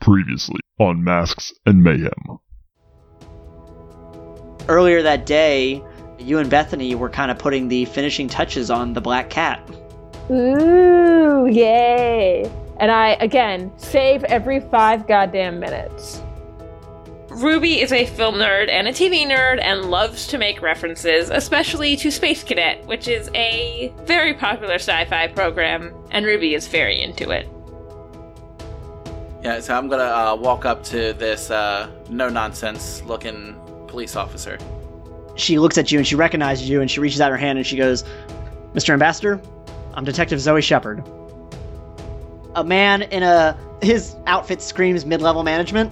Previously on Masks and Mayhem. Earlier that day, you and Bethany were kind of putting the finishing touches on the Black Cat. Ooh, yay. And I, again, save every five goddamn minutes. Ruby is a film nerd and a TV nerd and loves to make references, especially to Space Cadet, which is a very popular sci fi program, and Ruby is very into it. Yeah, so I'm gonna uh, walk up to this uh, no nonsense looking police officer. She looks at you and she recognizes you and she reaches out her hand and she goes, Mr. Ambassador, I'm Detective Zoe Shepard. A man in a. His outfit screams mid level management.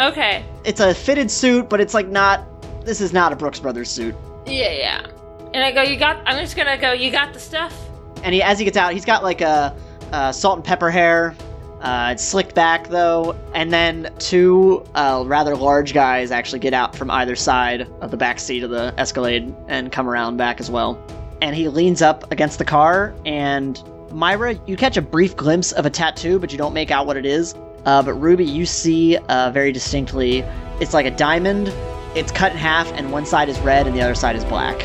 Okay. It's a fitted suit, but it's like not. This is not a Brooks Brothers suit. Yeah, yeah. And I go, you got, I'm just gonna go, you got the stuff? And he, as he gets out, he's got like a, uh salt and pepper hair. Uh, it's slicked back though, and then two uh, rather large guys actually get out from either side of the back seat of the Escalade and come around back as well. And he leans up against the car, and Myra, you catch a brief glimpse of a tattoo, but you don't make out what it is. Uh, but Ruby, you see uh, very distinctly, it's like a diamond. It's cut in half, and one side is red, and the other side is black.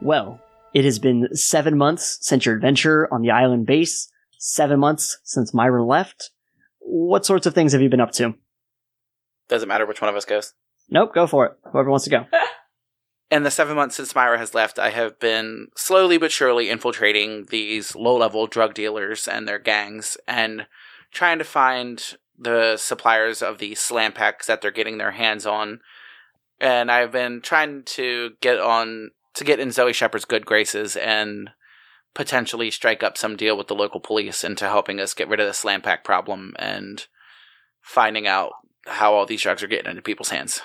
Well, it has been seven months since your adventure on the island base, seven months since Myron left. What sorts of things have you been up to? Doesn't matter which one of us goes. Nope, go for it. Whoever wants to go. In the seven months since Myra has left, I have been slowly but surely infiltrating these low level drug dealers and their gangs and trying to find the suppliers of the slam packs that they're getting their hands on. And I've been trying to get on to get in Zoe Shepherd's good graces and potentially strike up some deal with the local police into helping us get rid of the slam pack problem and finding out how all these drugs are getting into people's hands.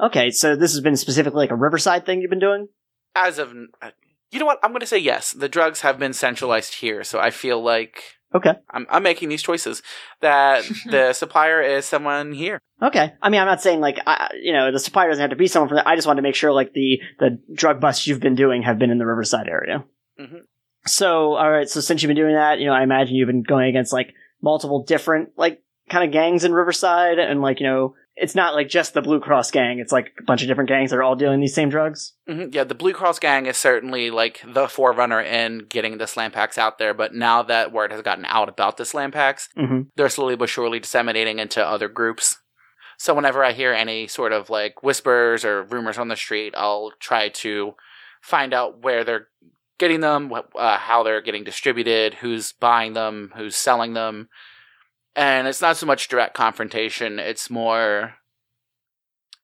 Okay, so this has been specifically like a Riverside thing you've been doing? as of uh, you know what i'm going to say yes the drugs have been centralized here so i feel like Okay. i'm, I'm making these choices that the supplier is someone here Okay. I mean, I'm not saying like, I, you know, the supplier doesn't have to be someone from that. I just wanted to make sure like the, the drug busts you've been doing have been in the Riverside area. Mhm. So, all right. So since you've been doing that, you know, I imagine you've been going against like multiple different like kind of gangs in Riverside and like, you know, it's not like just the Blue Cross gang. It's like a bunch of different gangs that are all dealing these same drugs. hmm yeah the blue cross gang is certainly like the forerunner in getting the slam packs out there but now that word has gotten out about the slam packs Mm-hmm. they're slowly but surely disseminating into other groups so whenever i hear any sort of like whispers or rumors on the street i'll try to find out where they're getting them, wh- uh, how they're getting distributed, who's buying them, who's selling them. And it's not so much direct confrontation, it's more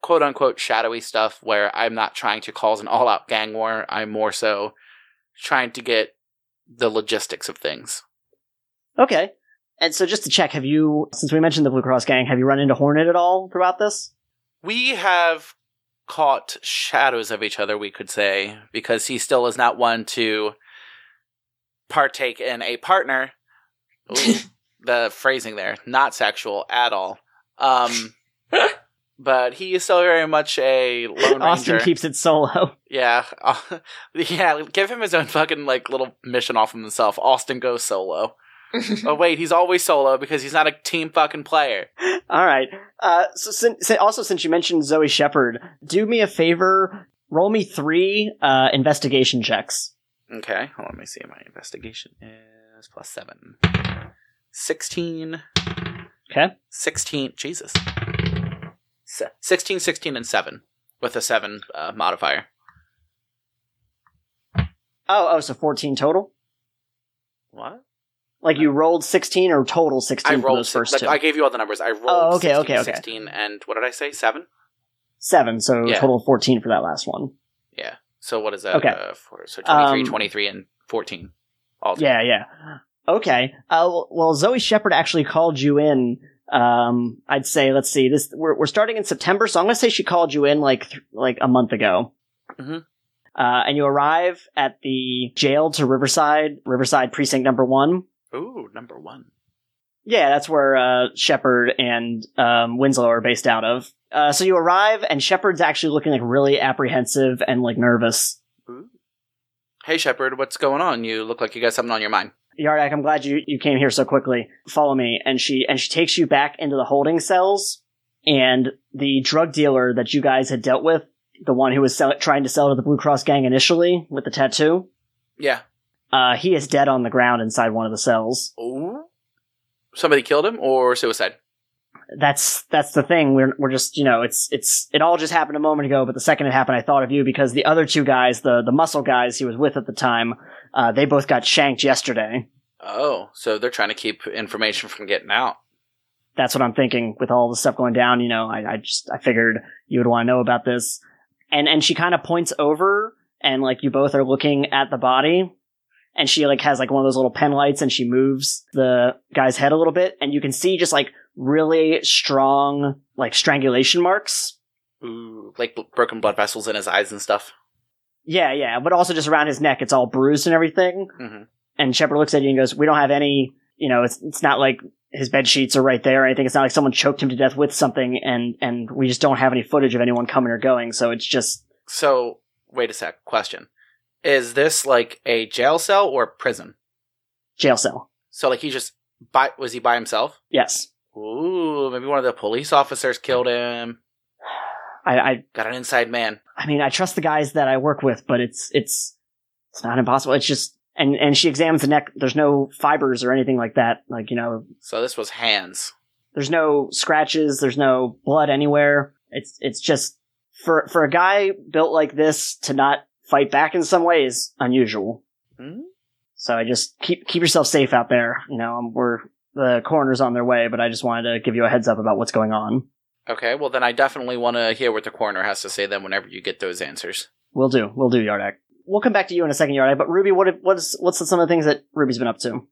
quote unquote shadowy stuff where I'm not trying to cause an all out gang war. I'm more so trying to get the logistics of things. Okay. And so just to check, have you, since we mentioned the Blue Cross gang, have you run into Hornet at all throughout this? We have caught shadows of each other, we could say, because he still is not one to partake in a partner. Ooh, the phrasing there, not sexual at all. Um, but he is still very much a lone Austin ranger. keeps it solo. yeah, yeah. Give him his own fucking like little mission off of himself. Austin goes solo. oh wait, he's always solo because he's not a team fucking player. All right. Uh, so, sin- sin- also, since you mentioned Zoe Shepard, do me a favor. Roll me three uh, investigation checks. Okay, hold on, let me see. My investigation is plus seven. 16, Okay. 16, Jesus. Se- 16, 16, and 7 with a 7 uh, modifier. Oh, oh, so fourteen total. What? Like you rolled sixteen or total sixteen I for rolled those first six- two. I gave you all the numbers. I rolled Oh, okay, 16, okay, okay. 16, and what did I say? 7? Seven, so Yeah. total of 14 for that last one. So what is that? Okay. Uh, for, so 23, Um, 23, and 14. All Yeah, yeah. Okay. Uh, well- well, Zoe Shepard actually called you in. Um, I'd say, let's see, this we're, we're starting in September, so I'm gonna say she called you in like th- like a month ago. Mhm. Uh, and you arrive at the jail to Riverside, Riverside Precinct Number One. Ooh, number one. Yeah, that's where uh, Shepard and um, Winslow are based out of. Uh, so you arrive, and Shepard's actually looking like really apprehensive and like nervous. Hey, Shepard, what's going on? You look like you got something on your mind. Yardak, I'm glad you, you came here so quickly. Follow me, and she and she takes you back into the holding cells, and the drug dealer that you guys had dealt with, the one who was sell- trying to sell to the Blue Cross gang initially with the tattoo, Yeah. uh, he is dead on the ground inside one of the cells. Ooh. Somebody killed him or suicide? that's that's the thing. We're we're just you know it's it's it all just happened a moment ago. But the second it happened, I thought of you because the other two guys, the the muscle guys he was with at the time, uh, they both got shanked yesterday. Oh, so they're trying to keep information from getting out. That's what I'm thinking with all the stuff going down. You know, I, I just I figured you would want to know about this. And and she kind of points over and like you both are looking at the body. And she like has like one of those little pen lights and she moves the guy's head a little bit and you can see just like really strong like strangulation marks Ooh, like bl- broken blood vessels in his eyes and stuff. Yeah, yeah, but also just around his neck, it's all bruised and everything. Mhm. And Shepard looks at you and goes, "We don't have any. You know, it's it's not like his bed sheets are right there or anything. It's not like someone choked him to death with something, and and we just don't have any footage of anyone coming or going. So it's just So, wait a sec. Question. Is this like a jail cell or prison? jail cell. So, like, he just by was he by himself? Yes, Ooh, maybe one of the police officers killed him. I, I Got an inside man. I mean I trust the guys that I work with, but it's it's it's not impossible. It's just and and she examines the neck. There's no fibers or anything like that. Like you know, So this was hands. There's no scratches. There's no blood anywhere. It's it's just for for a guy built like this to not fight back in some way is unusual. Hmm. So I just keep keep yourself safe out there. You know, um, we're the coroner's on their way, but I just wanted to give you a heads up about what's going on. Okay, well then I definitely want to hear what the coroner has to say then whenever you get those answers. We'll do. We'll do, Yardak. We'll come back to you in a second, Yardak. But Ruby, what what's what's some of the things that Ruby's been up to?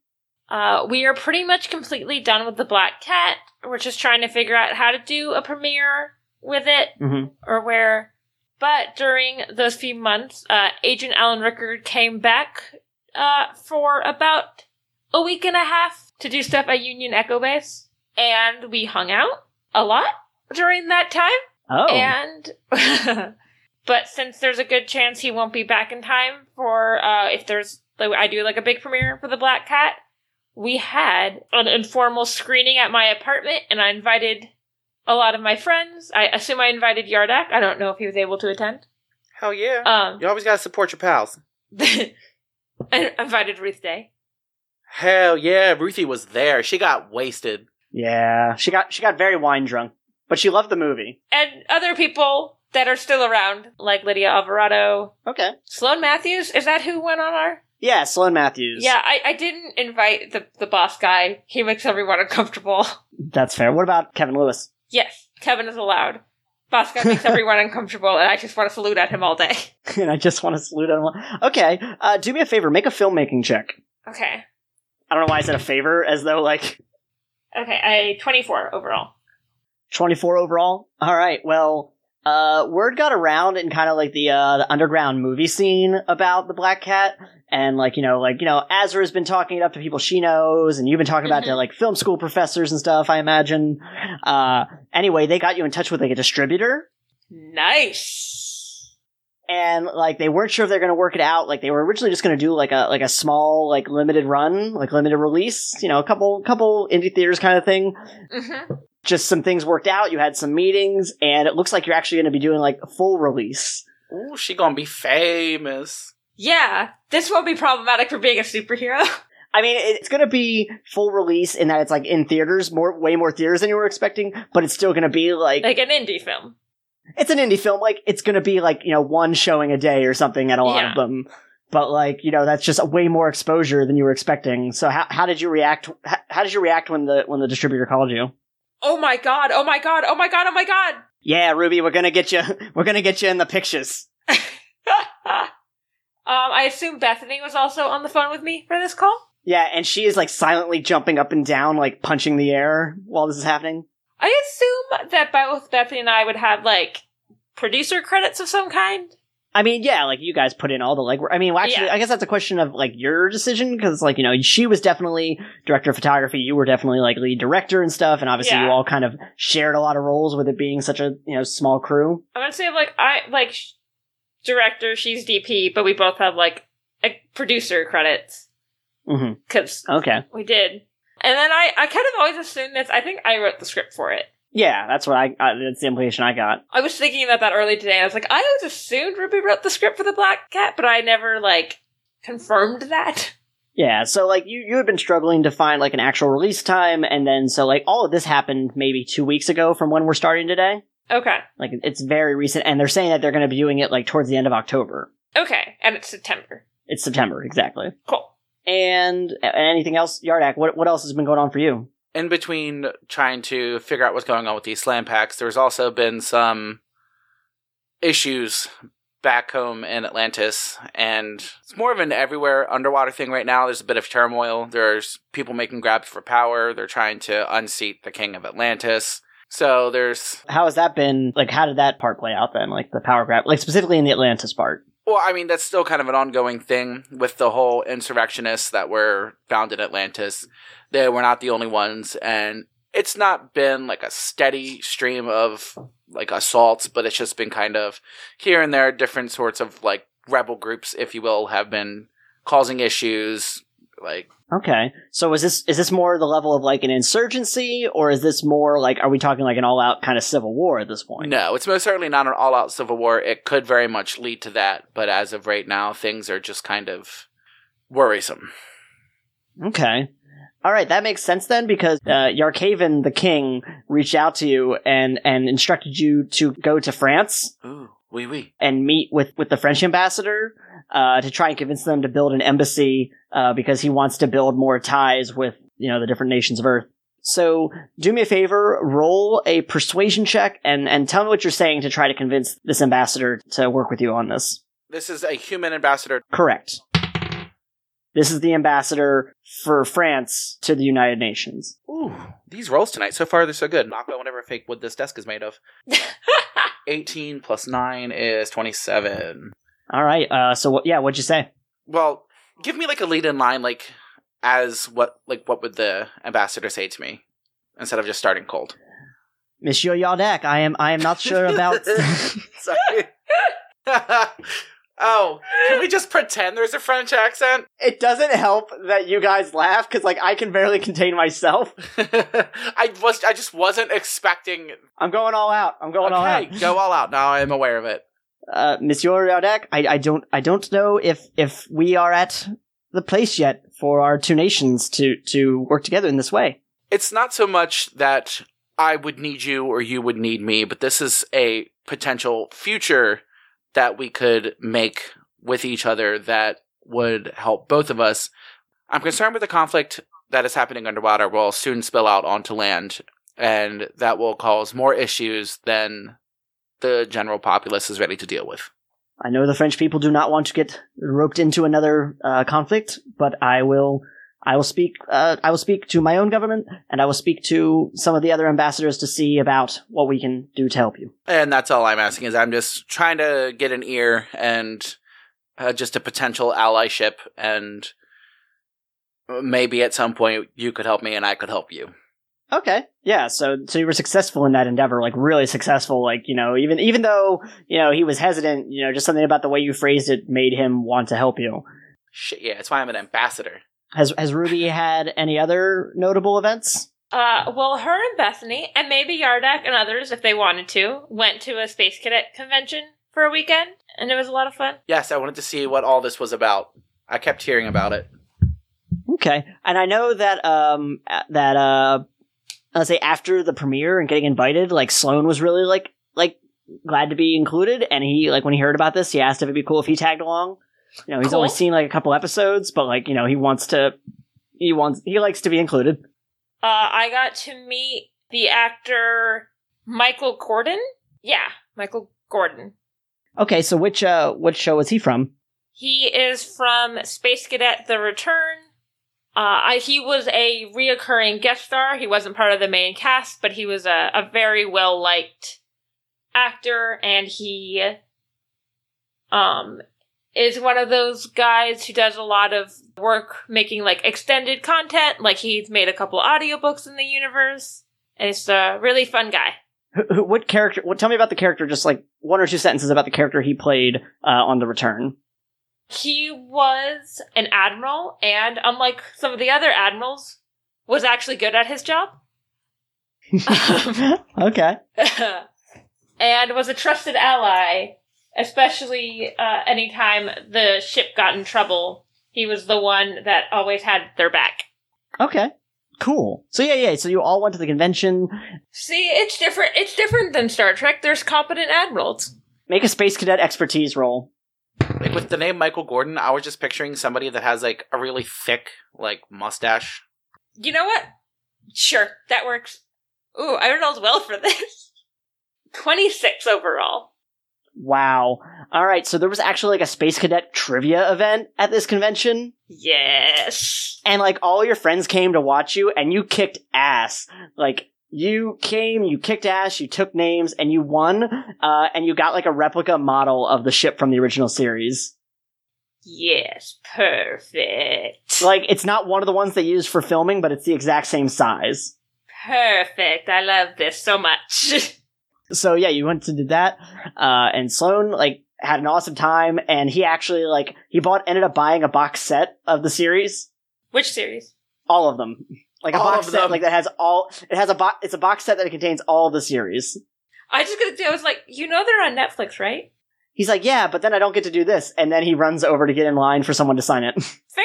Uh, we are pretty much completely done with the Black Cat. We're just trying to figure out how to do a premiere with it Mm-hmm. or where. But during those few months, uh, Agent Alan Rickard came back uh, for about a week and a half to do stuff at Union Echo Base. And we hung out a lot during that time. Oh, And but since there's a good chance he won't be back in time for uh if there's like I do like a big premiere for the Black Cat, we had an informal screening at my apartment and I invited a lot of my friends. I assume I invited Yardak. I don't know if he was able to attend. Hell yeah. Um you always got to support your pals. I invited Ruth Day. Hell yeah, Ruthie was there. She got wasted. yeah. She got she got very wine drunk, but she loved the movie. And other people that are still around, like Lydia Alvarado. Okay. Sloan Matthews, is that who went on our Yeah, Sloan Matthews. Yeah, I, I didn't invite the, the boss guy. He makes everyone uncomfortable. That's fair. What about Kevin Lewis? Yes, Kevin is allowed. Boss guy makes everyone uncomfortable, and I just want to salute at him all day. and I just want to salute everyone. Okay, uh, do me a favor. Make a filmmaking check. Okay. I don't know why I said a favor, as though like Okay, I 24 overall. 24 overall. All right. Well, uh, word got around in kind of like the uh, the underground movie scene about the Black Cat, and like you know, like you know, Azra's been talking it up to people she knows, and you've been talking about it to like film school professors and stuff. I imagine. Uh, anyway, they got you in touch with like a distributor. Nice. and like they weren't sure if they're going to work it out. Like they were originally just going to do like a like a small like limited run, like limited release, you know, a couple couple indie theaters kind of thing. Mm-hmm. Just some things worked out. You had some meetings, and it looks like you're actually going to be doing like a full release. Ooh, she gonna be famous. Yeah, this won't be problematic for being a superhero. I mean, it- it's going to be full release in that it's like in theaters, more way more theaters than you were expecting, but it's still going to be like, like an indie film. it's an indie film. Like it's going to be like you know one showing a day or something at a lot Yeah. of them. But like you know, that's just a way more exposure than you were expecting. So how how did you react? How, how did you react when the when the distributor called you? Oh my god, oh my god, oh my god, oh my god. Yeah, Ruby, we're gonna get you. We're gonna get you in the pictures. um, I assume Bethany was also on the phone with me for this call. Yeah, and she is like silently jumping up and down, like punching the air while this is happening. I assume that both Bethany and I would have like producer credits of some kind. I mean, yeah, like you guys put in all the like. I mean, well, actually, Yeah. I guess that's a question of like your decision because, like, you know, she was definitely director of photography. You were definitely like lead director and stuff, and obviously, Yeah. you all kind of shared a lot of roles with it being such a you know small crew. I'm gonna say like I like sh- director, she's DP, but we both have like a producer credits hmm because Okay, we did. And then I, I kind of always assumed this. I think I wrote the script for it. yeah, that's what I. I that's the implication I got. I was thinking about that early today. And I was like, I always assumed Ruby wrote the script for the Black Cat, but I never like confirmed that. Yeah, so like you you had been struggling to find like an actual release time, and then so like all of this happened maybe two weeks ago from when we're starting today. Okay, Like it's very recent, and they're saying that they're going to be doing it like towards the end of October. okay, and it's September. It's September exactly. Cool. And a- anything else, Yardak? What what else has been going on for you? in between trying to figure out what's going on with these slam packs, there's also been some issues back home in Atlantis, and it's more of an everywhere underwater thing right now. There's a bit of turmoil. There's people making grabs for power. They're trying to unseat the king of Atlantis. So there's, How has that been? Like, how did that part play out then? Like the power grab, like specifically in the Atlantis part. well, I mean, that's still kind of an ongoing thing with the whole insurrectionists that were found in Atlantis. They were not the only ones, and it's not been like a steady stream of like assaults, but it's just been kind of here and there, different sorts of like rebel groups, if you will, have been causing issues. Like, Okay, so is this is this more the level of like an insurgency, or is this more like are we talking like an all out kind of civil war at this point? no, it's most certainly not an all out civil war. It could very much lead to that, but as of right now, things are just kind of worrisome. Okay. All right, that makes sense then, because uh, Yarkaven, the king, reached out to you and and instructed you to go to France Ooh, wee wee. and meet with with the French ambassador uh, to try and convince them to build an embassy uh, because he wants to build more ties with you know the different nations of Earth. So do me a favor, roll a persuasion check and and tell me what you're saying to try to convince this ambassador to work with you on this. This is a human ambassador Correct. This is the ambassador for France to the United Nations. Ooh, these rolls tonight. So far, they're so good. Knock on whatever fake wood this desk is made of. 18 plus 9 is 27. All right. Uh, so what? Yeah. What'd you say? Well, give me like a lead in line, like, as what, like, what would the ambassador say to me instead of just starting cold? Monsieur Yardak, I am. I am not sure about. Sorry. oh, can we just pretend there's a French accent? it doesn't help that you guys laugh because, like, I can barely contain myself. I was, I just wasn't expecting. I'm going all out. I'm going all okay, out. go all out. Now I am aware of it. Uh, Monsieur Yardak, I, I don't. I don't know if if we are at the place yet for our two nations to to work together in this way. it's not so much that I would need you or you would need me, but this is a potential future that we could make with each other that would help both of us. I'm concerned with the conflict that is happening underwater will soon spill out onto land, and that will cause more issues than the general populace is ready to deal with. I know the French people do not want to get roped into another uh, conflict, but I will. I will speak. Uh, I will speak to my own government, and I will speak to some of the other ambassadors to see about what we can do to help you. And that's all I'm asking is I'm just trying to get an ear and uh, just a potential allyship, and maybe at some point you could help me and I could help you. Okay. Yeah. So, so you were successful in that endeavor, like really successful. Like you know, even even though you know he was hesitant, you know, just something about the way you phrased it made him want to help you. Shit, yeah, that's why I'm an ambassador. Has has Ruby had any other notable events? Uh, well, her and Bethany, and maybe Yardak and others, if they wanted to, went to a space cadet convention for a weekend, and it was a lot of fun. Yes, I wanted to see what all this was about. I kept hearing about it. Okay, and I know that um a- that uh let's say after the premiere and getting invited, like Sloan was really like like glad to be included, and he like when he heard about this, he asked if it'd be cool if he tagged along. You know, he's Cool. only seen like a couple episodes, but like you know he wants to he wants he likes to be included. Uh, I got to meet the actor Michael Corden, Yeah, Michael Gordon. Okay, so which uh what show is he from? He is from Space Cadet: The Return. Uh, I, he was a reoccurring guest star. He wasn't part of the main cast, but he was a, a very well liked actor, and he um is one of those guys who does a lot of work making like extended content. Like he's made a couple audiobooks in the universe, and it's a really fun guy. Who, who, what character? What, tell me about the character. Just like one or two sentences about the character he played uh, on The Return. He was an admiral, and unlike some of the other admirals, was actually good at his job. Um, okay. and was a trusted ally, especially uh, anytime the ship got in trouble. He was the one that always had their back. Okay. Cool. So yeah, yeah. So you all went to the convention. See, it's different. It's different than Star Trek. There's competent admirals. Make a space cadet expertise roll. Like with the name Michael Gordon, I was just picturing somebody that has like a really thick like mustache. You know what? Sure, that works. Ooh, I rolled well for this. Twenty six overall. Wow. All right. So there was actually like a space cadet trivia event at this convention, Yes. and like all your friends came to watch you, and you kicked ass. Like you came, you kicked ass, you took names, and you won. Uh, and you got like a replica model of the ship from the original series. Yes. Perfect. Like it's not one of the ones they used for filming, but it's the exact same size. Perfect. I love this so much. so yeah, you went to do that, uh, and Sloan like had an awesome time, and he actually like he bought ended up buying a box set of the series, Which series? all of them, like a All box of set them. like that has all it has a box it's a box set that contains all the series. I just gonna. I was like, you know, they're on Netflix, right? He's like, yeah, but then I don't get to do this, and then he runs over to get in line for someone to sign it. Fair.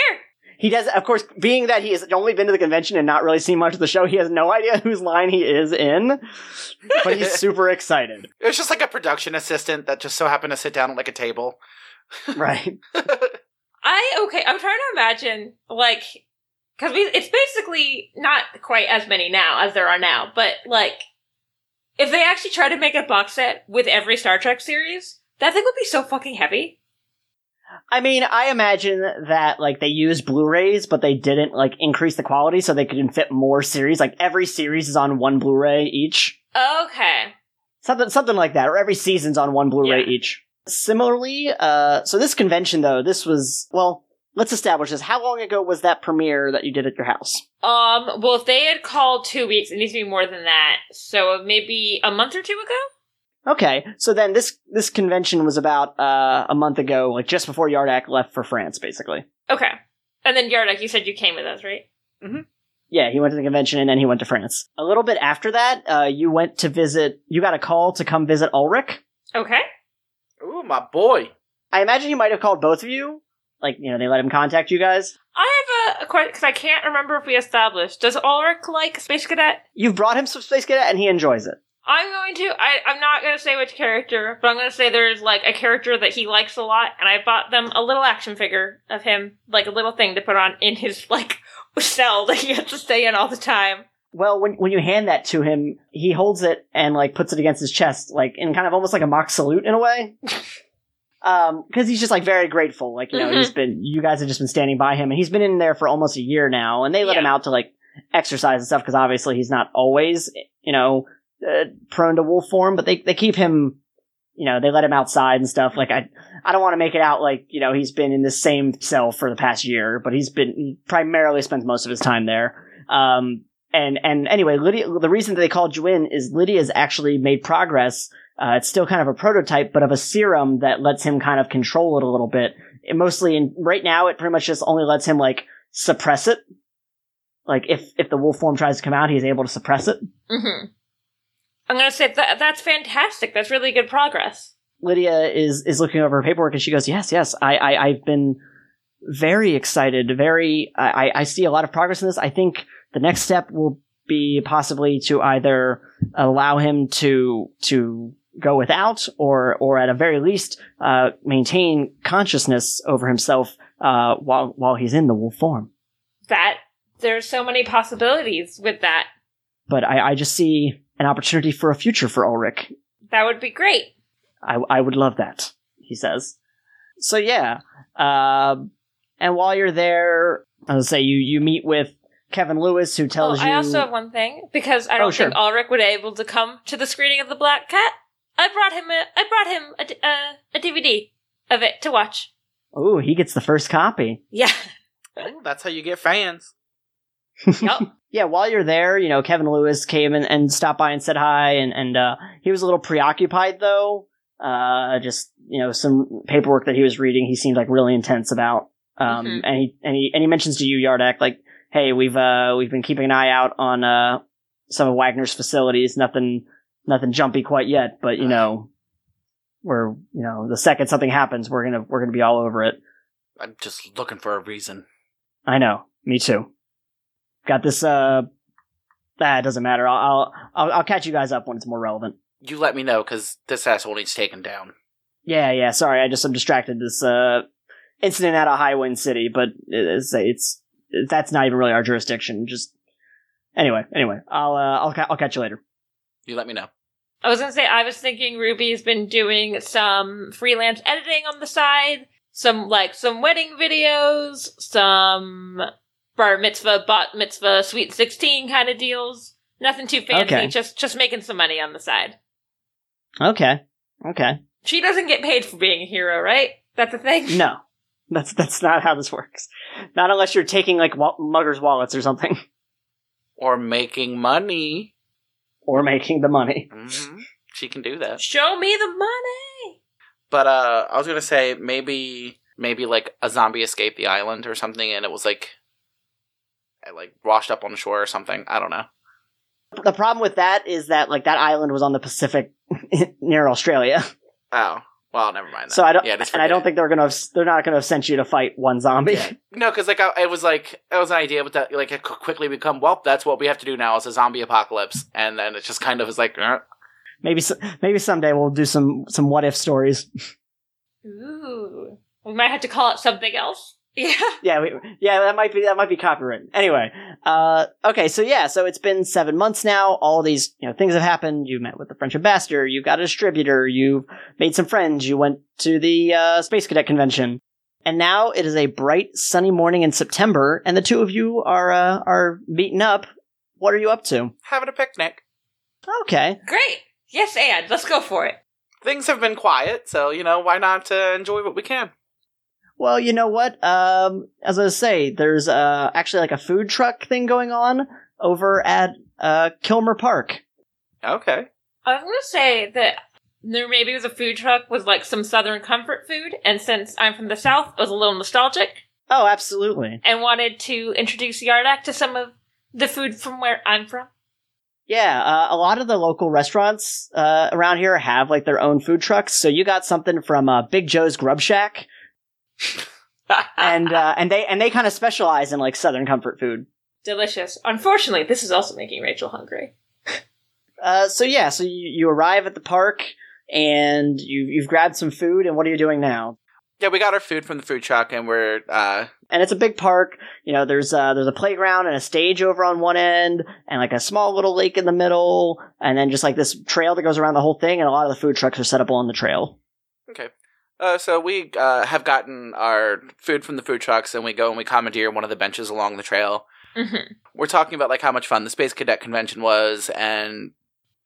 he does, of course, being that he has only been to the convention and not really seen much of the show, he has no idea whose line he is in, but he's super excited, It was just like a production assistant that just so happened to sit down at like a table. right? I okay. I'm trying to imagine like because we it's basically not quite as many now as there are now, but like if they actually try to make a box set with every Star Trek series, that thing would be so fucking heavy. I mean, I imagine that like they used Blu-rays, but they didn't like increase the quality so they could fit more series. Like every series is on one Blu-ray each, Okay. something something like that, or every season's on one Blu-ray Yeah. each. Similarly, uh, so this convention though, this was well, let's establish this. How long ago was that premiere that you did at your house? Um. Well, if they had called two weeks, it needs to be more than that. So maybe a month or two ago. Okay, so then this this convention was about uh, a month ago, like just before Yardak left for France, basically. Okay. And then Yardak, you said you came with us, right? Yeah, he went to the convention and then he went to France. A little bit after that, uh, you went to visit. You got a call to come visit Ulrich. Okay. Ooh, my boy. I imagine he might have called both of you. Like, you know, they let him contact you guys. I have a, a question because I can't remember if we established. Does Ulrich like Space Cadet? You've brought him some space cadet, and he enjoys it. I'm going to. I, I'm not going to say which character, but I'm going to say there's like a character that he likes a lot, and I bought them a little action figure of him, like a little thing to put on in his like cell that he has to stay in all the time. Well, when when you hand that to him, he holds it and like puts it against his chest, like in kind of almost like a mock salute in a way. Um, because he's just like very grateful. Like, you know, Mhm. he's been you guys have just been standing by him, and he's been in there for almost a year now, and they let Yeah. him out to like exercise and stuff because obviously he's not always, you know, uh, prone to wolf form, but they they keep him. You know, they let him outside and stuff. Like, I, I don't want to make it out like you know he's been in the same cell for the past year, but he's been he primarily spends most of his time there. Um, and and anyway, Lydia, the reason that they called you in is Lydia's actually made progress. Uh, it's still kind of a prototype, but of a serum that lets him kind of control it a little bit. It mostly, in, right now, it pretty much just only lets him like suppress it. Like if if the wolf form tries to come out, he's able to suppress it. Mm-hmm. I'm going to say that that's fantastic. That's really good progress. Lydia is is looking over her paperwork and she goes, "Yes, yes, I, I I've been very excited. Very, I I- I see a lot of progress in this. I think the next step will be possibly to either allow him to to go without, or or at a very least uh, maintain consciousness over himself uh, while while he's in the wolf form. That there's so many possibilities with that. But I I just see an opportunity for a future for Ulrich. That would be great. I, I would love that, he says. So yeah, um, and while you're there, I was say you you meet with Kevin Lewis, who tells oh, you I also have one thing because I Oh, don't sure. think Ulrich would be able to come to the screening of the Black Cat. I brought him a I brought him a, d- uh, a DVD of it to watch. "Oh, he gets the first copy." Yeah. Ooh, that's how you get fans. Yup. Yeah, while you're there, you know Kevin Lewis came and, and stopped by and said hi, and and uh, he was a little preoccupied though. Uh, just you know some paperwork that he was reading, he seemed like really intense about. Um, Mhm. and he and he and he mentions to you, Yardak, like, "Hey, we've uh we've been keeping an eye out on uh some of Wagner's facilities. Nothing nothing jumpy quite yet, but you know we're you know the second something happens, we're gonna we're gonna be all over it." I'm just looking for a reason. I know. Me too. Got this. Uh, that doesn't matter. I'll, I'll I'll I'll catch you guys up when it's more relevant. You let me know because this asshole needs taken down. Yeah, yeah. Sorry, I just am distracted. This uh incident out of Highwind City, but it's, it's that's not even really our jurisdiction. Just anyway, anyway. I'll uh, I'll ca- I'll catch you later. You let me know. I was gonna say I was thinking Ruby's been doing some freelance editing on the side, some like some wedding videos, some bar mitzvah, bat mitzvah, sweet sixteen kind of deals. Nothing too fancy, Okay. just just making some money on the side. Okay. Okay. She doesn't get paid for being a hero, right? That's the thing. No. That's that's not how this works. Not unless you're taking like wa- muggers' wallets or something, Or making money. or making the money. hmm She can do that. Show me the money. But uh, I was gonna say maybe maybe like a zombie escaped the island or something, and it was like uh, like washed up on shore or something. I don't know. The problem with that is that like that island was on the Pacific near Australia. Oh well, never mind. That. So I don't- Yeah, just and I don't forget think they're gonna. Have, they're not gonna have sent you to fight one zombie. it. no, because like I, it was like it was an idea, but that like it could quickly become well, that's what we have to do now is a zombie apocalypse, and then it just kind of is like eh. maybe so, maybe someday we'll do some some what if stories. Ooh, we might have to call it something else. Yeah. yeah, we, yeah, that might be that might be copyright. Anyway, uh, okay, so yeah, so it's been seven months now. All these you know things have happened. You met with the French ambassador. You got a distributor. You made some friends. You went to the uh, space cadet convention. And now it is a bright, sunny morning in September, and the two of you are uh, are meeting up. What are you up to? having a picnic. Okay, Great. Yes, and let's go for it. Things have been quiet, so you know why not uh, enjoy what we can. Well, you know what? Um, as I say, there's uh, actually like a food truck thing going on over at uh, Kilmer Park. Okay. I was gonna say that there maybe was a food truck with like some southern comfort food, and since I'm from the south, I was a little nostalgic Oh, absolutely. and wanted to introduce Yardak to some of the food from where I'm from. Yeah, uh, a lot of the local restaurants uh, around here have like their own food trucks. So you got something from uh, Big Joe's Grub Shack, and uh, and they and they kind of specialize in like Southern comfort food. Delicious. Unfortunately, this is also making Rachel hungry. Uh, so yeah, so you, you arrive at the park and you you've grabbed some food. And what are you doing now? Yeah, we got our food from the food truck, and we're uh, and it's a big park. You know, there's uh, there's a playground and a stage over on one end, and like a small little lake in the middle, and then just like this trail that goes around the whole thing, and a lot of the food trucks are set up along the trail. Uh, so we uh, have gotten our food from the food trucks, and we go and we commandeer one of the benches along the trail. Mhm. We're talking about like how much fun the Space Cadet Convention was, and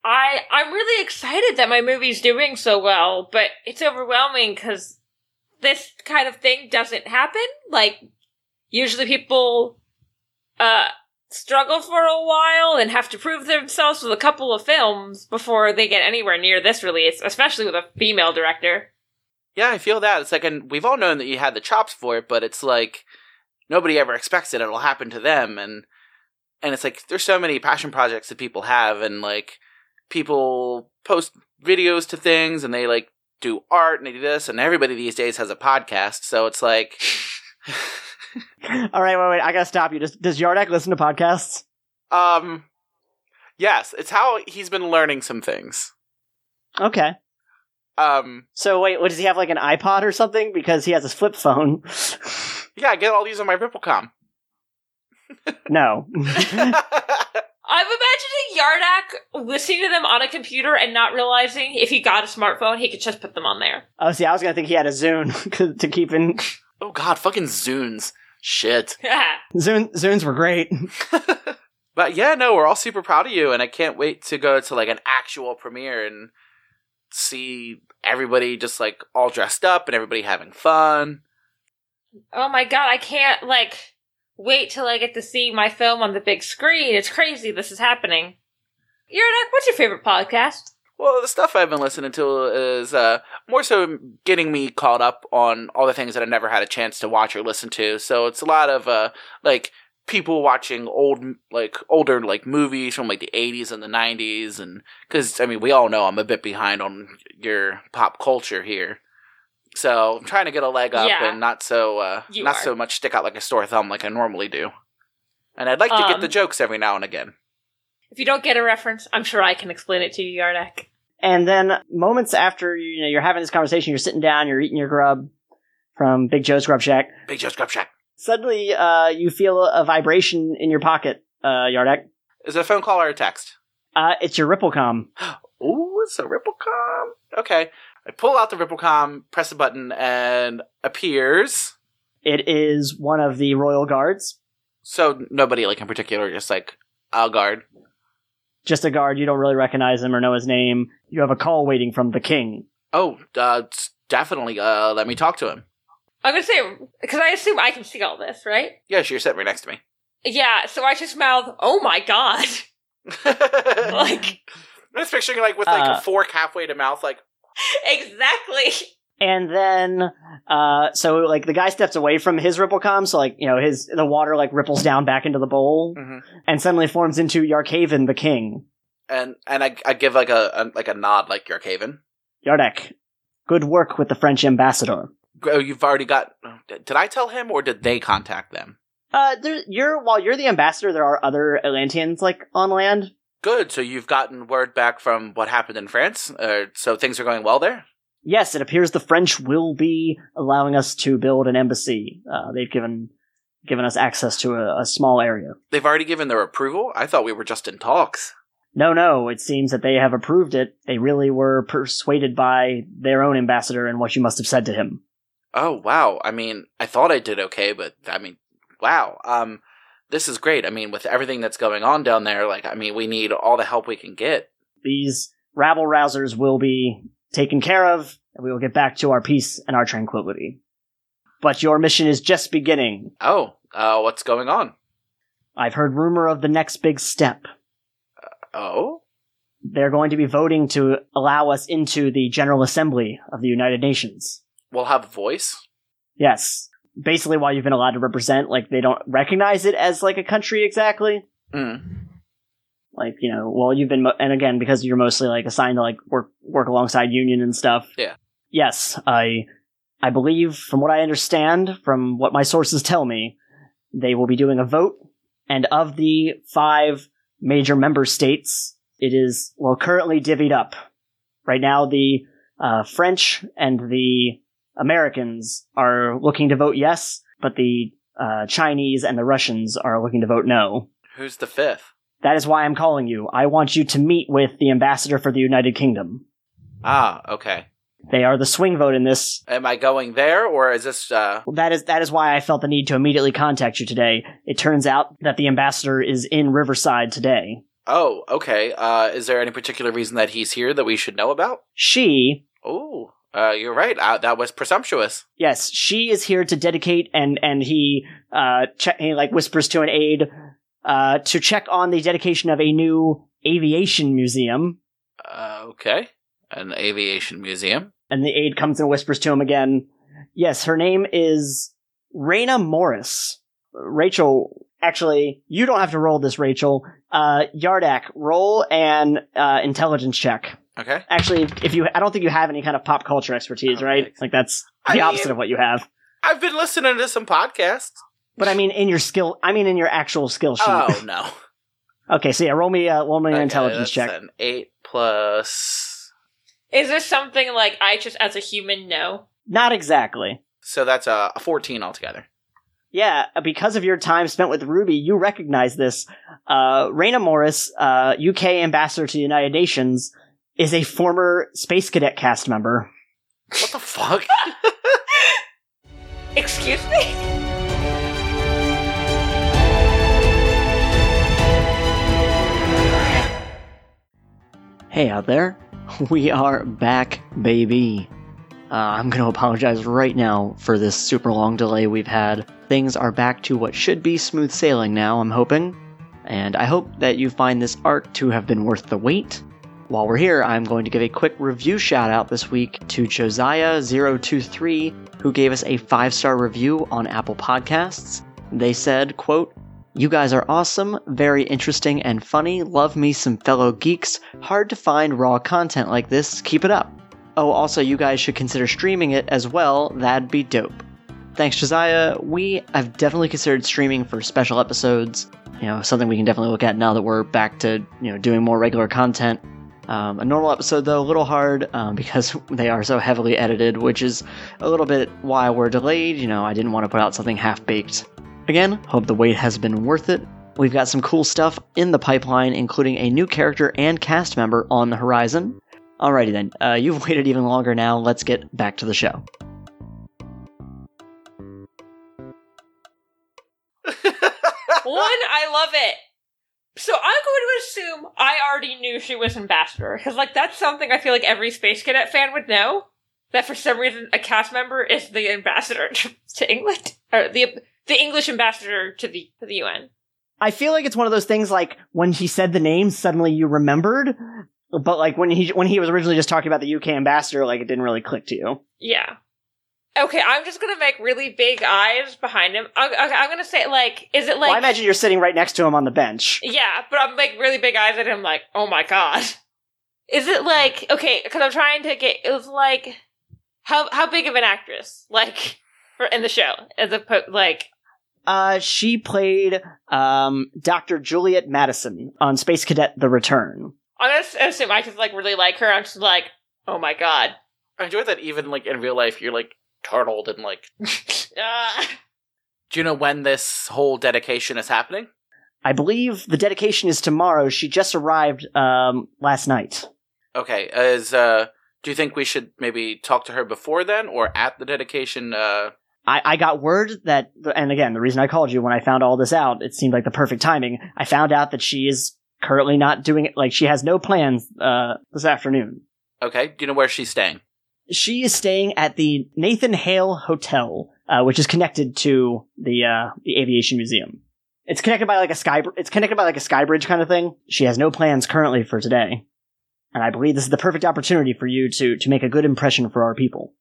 I I'm really excited that my movie's doing so well, but it's overwhelming because this kind of thing doesn't happen. Like usually people uh struggle for a while and have to prove themselves with a couple of films before they get anywhere near this release, especially with a female director. yeah, I feel that it's like, and we've all known that you had the chops for it, but it's like nobody ever expects it; it'll happen to them, and and it's like there's so many passion projects that people have, and like people post videos to things, and they like do art and they do this, and everybody these days has a podcast, so it's like. All right, wait, wait, I gotta stop you. Does, does Yardak listen to podcasts? Um, yes, it's how he's been learning some things. Okay, Um, so wait, what does he have like an iPod or something? Because he has his flip phone. yeah, I get all these on my Ripplecom. no, I'm imagining Yardak listening to them on a computer and not realizing if he got a smartphone, he could just put them on there. Oh, see, I was gonna think he had a Zune 'cause- to keep in. Oh god, fucking Zunes. Shit. Zune, Zunes were great. But yeah, no, we're all super proud of you, and I can't wait to go to like an actual premiere and see everybody just like all dressed up and everybody having fun. oh my god, I can't, like, wait till I get to see my film on the big screen. It's crazy this is happening. Yardak, what's your favorite podcast? Well, the stuff I've been listening to is uh, more so getting me caught up on all the things that I never had a chance to watch or listen to. So it's a lot of uh, like people watching old, like older, like movies from like the '80s and the '90s, and because I mean we all know I'm a bit behind on your pop culture here. So I'm trying to get a leg up Yeah. and not so uh, You not are. so much stick out like a sore thumb like I normally do. And I'd like to get Um, the jokes every now and again. If you don't get a reference, I'm sure I can explain it to you, Yardak. And then moments after you know you're having this conversation, you're sitting down, you're eating your grub from Big Joe's Grub Shack. Big Joe's Grub Shack. Suddenly, uh, you feel a vibration in your pocket, uh, Yardak. Is it a phone call or a text? Uh, it's your Ripplecom. Ooh, it's a Ripplecom. Okay. I pull out the Ripplecom, press a button, and appears. It is one of the royal guards. So nobody like in particular, just like a guard. Just a guard. You don't really recognize him or know his name. You have a call waiting from the king. Oh, uh, it's definitely. Uh, let me talk to him. I'm gonna say, because I assume I can see all this, right? Yes, you're sitting right next to me. Yeah, so I just mouth, oh my god. like, I'm just picturing like with like Uh, a fork halfway to mouth, like exactly. And then, uh, so like the guy steps away from his Ripplecom, so like you know his the water like ripples down back into the bowl, Mhm. and suddenly forms into Yarkhaven the king. and and I, I give like a, a like a nod, like you're Caven. Yardak, good work with the French ambassador. Oh, you've already got. Did I tell him or did they contact them? Uh, there, you're while you're the ambassador, there are other Atlanteans like on land. Good. So you've gotten word back from what happened in France. Uh, so things are going well there. Yes, it appears the French will be allowing us to build an embassy. Uh, they've given given us access to a, a small area. They've already given their approval. I thought we were just in talks. No, no, it seems that they have approved it. They really were persuaded by their own ambassador and what you must have said to him. Oh wow. I mean, I thought I did okay, but I mean, wow. Um, this is great. I mean, with everything that's going on down there, like, I mean, we need all the help we can get. These rabble rousers will be taken care of, and we will get back to our peace and our tranquility. But your mission is just beginning. Oh, uh, what's going on? I've heard rumor of the next big step. Oh, They're going to be voting to allow us into the General Assembly of the United Nations. we'll have a voice. Yes. Basically why you've been allowed to represent, like they don't recognize it as like a country exactly. Mm. Like, you know, well you've been mo- and again because you're mostly like assigned to like work work alongside union and stuff. Yeah. Yes, I I believe from what I understand, from what my sources tell me, they will be doing a vote and of the 5 major member states, it is well currently divvied up. Right now the uh, French and the Americans are looking to vote yes, but the uh, Chinese and the Russians are looking to vote no. Who's the fifth? That is why I'm calling you. I want you to meet with the ambassador for the United Kingdom. Ah, okay. They are the swing vote in this. Am I going there or is this? Uh, That is that is why I felt the need to immediately contact you today. It turns out that the ambassador is in Riverside today. oh, okay. Uh, is there any particular reason that he's here that we should know about? She, Oh, uh, you're right. Uh, that was presumptuous. yes, she is here to dedicate and and he uh che- he like whispers to an aide uh to check on the dedication of a new aviation museum Uh, okay. An aviation museum. And the aide comes and whispers to him again. Yes, her name is Raina Morris. Rachel, actually, you don't have to roll this, Rachel. Uh, Yardak, roll an uh, intelligence check. Okay. Actually, if you, I don't think you have any kind of pop culture expertise, Okay. right? Like that's I the mean- opposite of what you have. I've been listening to some podcasts. But I mean, in your skill, I mean, in your actual skill sheet. Oh no. Okay, so yeah, roll me, uh, roll me an Okay, intelligence check. that's An eight plus. Is there something like I just as a human know? Not exactly. So that's a, a fourteen altogether. Yeah, because of your time spent with Ruby, you recognize this. Uh, Raina Morris, uh, UK ambassador to the United Nations, is a former Space Cadet cast member. What the fuck? Excuse me? Hey out there, we are back, baby. Uh, I'm gonna apologize right now for this super long delay we've had. Things are back to what should be smooth sailing now, I'm hoping. And I hope that you find this arc to have been worth the wait. While we're here, I'm going to give a quick review shout out this week to Josiah023, who gave us a five star review on Apple Podcasts. They said, quote, you guys are awesome, very interesting and funny. Love me some fellow geeks. Hard to find raw content like this. Keep it up. Oh, also, you guys should consider streaming it as well. That'd be dope. Thanks, Josiah. We have definitely considered streaming for special episodes. You know, something we can definitely look at now that we're back to you know doing more regular content. Um, a normal episode, though, a little hard um, because they are so heavily edited, which is a little bit why we're delayed. You know, I didn't want to put out something half baked. Again, hope the wait has been worth it. We've got some cool stuff in the pipeline, including a new character and cast member on the horizon. Alrighty then, uh, you've waited even longer now, let's get back to the show. One, I love it. So I'm going to assume I already knew she was ambassador because, like, that's something I feel like every space cadet fan would know. That for some reason a cast member is the ambassador to, to England or the the English ambassador to the to the UN. I feel like it's one of those things like when he said the name, suddenly you remembered, but like when he when he was originally just talking about the UK ambassador, like it didn't really click to you. Yeah. Okay, I'm just gonna make really big eyes behind him. I, I, I'm gonna say like, is it like? well, I imagine you're sitting right next to him on the bench. Yeah, but I'm like really big eyes at him, like, oh my god. Is it like okay? Because I'm trying to get. It was like how how big of an actress like for in the show as a like Uh, she played um, Dr. Juliet Madison on Space Cadet: The Return. I'm gonna s- assume I just like really like her. I'm just like, oh my god. I enjoyed that even like in real life, you're like turtled and like. Uh, Do you know when this whole dedication is happening? I believe the dedication is tomorrow. She just arrived um, last night. Okay, is uh, do you think we should maybe talk to her before then or at the dedication? Uh, I, I got word that, and again, the reason I called you when I found all this out, it seemed like the perfect timing. I found out that she is currently not doing it, like, she has no plans uh, this afternoon. okay, do you know where she's staying? She is staying at the Nathan Hale Hotel, uh, which is connected to the uh, the aviation museum. It's connected by like a sky. It's connected by like a sky bridge kind of thing. She has no plans currently for today, and I believe this is the perfect opportunity for you to to make a good impression for our people.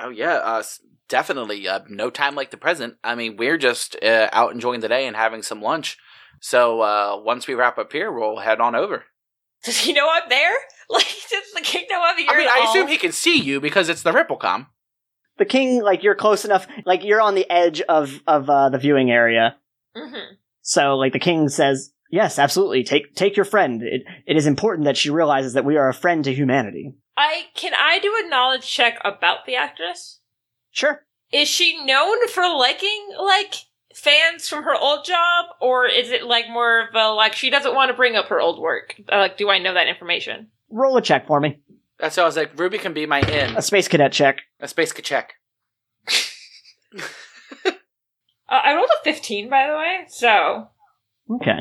Oh yeah, uh, s- definitely. Uh, no time like the present. I mean, we're just uh, out enjoying the day and having some lunch. So uh, once we wrap up here, we'll head on over. does he know I'm there? Like, does the king know I'm here? I mean, at I all? assume he can see you because it's the Ripplecom. The king, like you're close enough, like you're on the edge of of uh, the viewing area. Mhm. So, like, the king says, "Yes, absolutely. Take take your friend. It it is important that she realizes that we are a friend to humanity." I can I do a knowledge check about the actress? Sure. Is she known for liking like fans from her old job, or is it like more of a like she doesn't want to bring up her old work? Uh, Like, do I know that information? Roll a check for me. That's why I was like, Ruby can be my in. A space cadet check. A space could check. Uh, I rolled a fifteen, by the way, so Okay.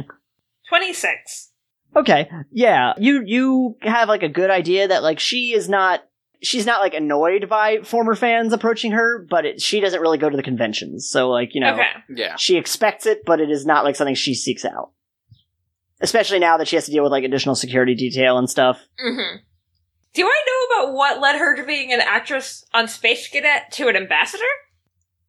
twenty six. Okay. Yeah. You you have like a good idea that like she is not she's not like annoyed by former fans approaching her, but it, she doesn't really go to the conventions. So like, you know, Okay. Yeah. she expects it, but it is not like something she seeks out. Especially now that she has to deal with like additional security detail and stuff. Mm-hmm. Do I know about what led her to being an actress on Space Cadet to an ambassador?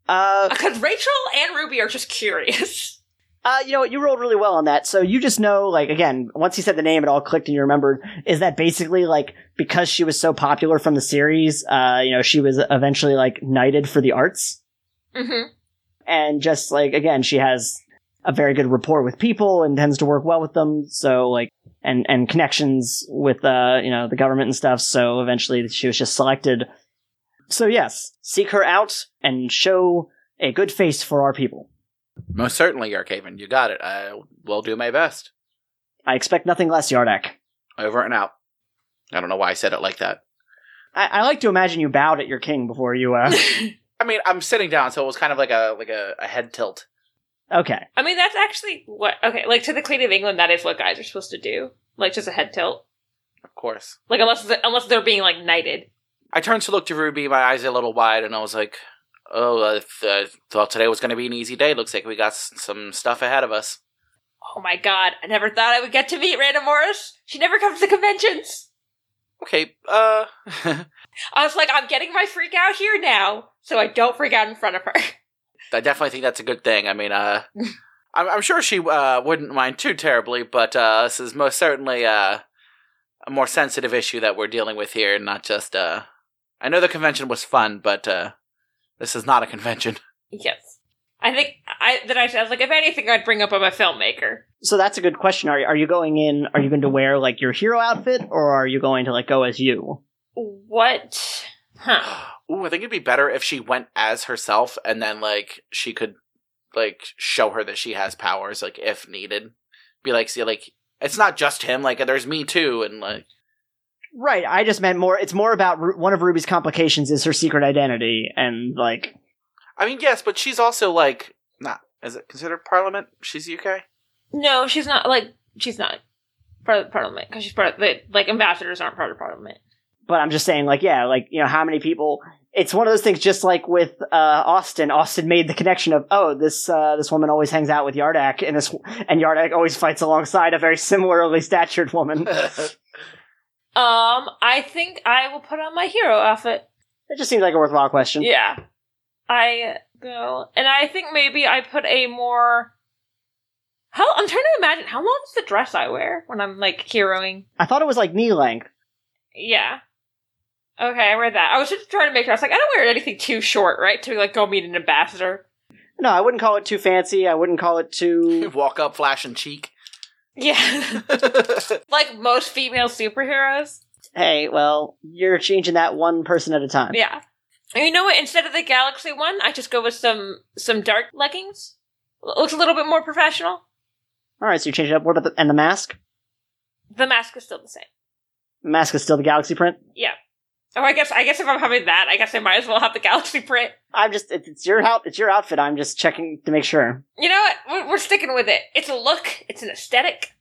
Uh Because Rachel and Ruby are just curious. Uh, you know what? You rolled really well on that. So you just know, like, again, once he said the name, it all clicked and you remembered. Is that basically like because she was so popular from the series? Uh, you know, she was eventually like knighted for the arts, Mm-hmm. and just like again, she has a very good rapport with people and tends to work well with them. So like, and and connections with uh, you know, the government and stuff. So eventually, she was just selected. So yes, seek her out and show a good face for our people. Most certainly, Yarkhaven. You got it. I will do my best. I expect nothing less, Yardak. Over and out. I don't know why I said it like that. I, I like to imagine you bowed at your king before you. Uh... I mean, I'm sitting down, so it was kind of like a like a, a head tilt. okay, I mean, that's actually what. Okay, like to the Queen of England, that is what guys are supposed to do. Like just a head tilt. Of course. Like unless the- unless they're being like knighted. I turned to look to Ruby, my eyes a little wide, and I was like, "Oh, I, th- I thought today was going to be an easy day. Looks like we got s- some stuff ahead of us." Oh my god! I never thought I would get to meet Randa Morris. She never comes to conventions. Okay. Uh, I was like, I'm getting my freak out here now, so I don't freak out in front of her. I definitely think that's a good thing. I mean, uh, I'm, I'm sure she uh, wouldn't mind too terribly, but uh, this is most certainly uh, a more sensitive issue that we're dealing with here, not just. Uh, I know the convention was fun, but uh, this is not a convention. yes, I think I that I, said- I was like, if anything, I'd bring up I'm a filmmaker. so that's a good question. Are are you going in? Are you going to wear like your hero outfit, or are you going to like go as you? What? Huh. Ooh, I think it'd be better if she went as herself, and then like she could like show her that she has powers, like if needed. Be like, see, like it's not just him. Like there's me too, and like Right. I just meant more. It's more about Ru- one of Ruby's complications is her secret identity, and like I mean, yes, but she's also like not. Is it considered Parliament? She's UK. No, she's not. Like she's not part of the parliament because she's part of the like ambassadors aren't part of parliament. but I'm just saying, like, yeah, like, you know, how many people? It's one of those things, just like with uh, Austin. Austin made the connection of, oh, this uh, this woman always hangs out with Yardak, and this and Yardak always fights alongside a very similarly statured woman. it Um, I think I will put on my hero outfit. just seems like a worthwhile question. Yeah. I go. And I think maybe I put a more. How I'm trying to imagine how long is the dress I wear when I'm like heroing? I thought it was like knee length. Yeah. Okay, I read that. I was just trying to make sure. I was like, I don't wear anything too short, right? To like go meet an ambassador. No, I wouldn't call it too fancy. I wouldn't call it too. Walk up, flash and cheek. Yeah. like most female superheroes. hey, well, you're changing that one person at a time. Yeah. And you know what? Instead of the galaxy one, I just go with some some dark leggings. L- Looks a little bit more professional. All right, so you changed it up. What about the, and the mask? The mask is still the same. The mask is still the galaxy print. Oh, I guess I guess if I'm having that, I guess I might as well have the galaxy print. I'm just it- it's your out it's your outfit. I'm just checking to make sure. You know what? We're, we're sticking with it. It's a look. It's an aesthetic.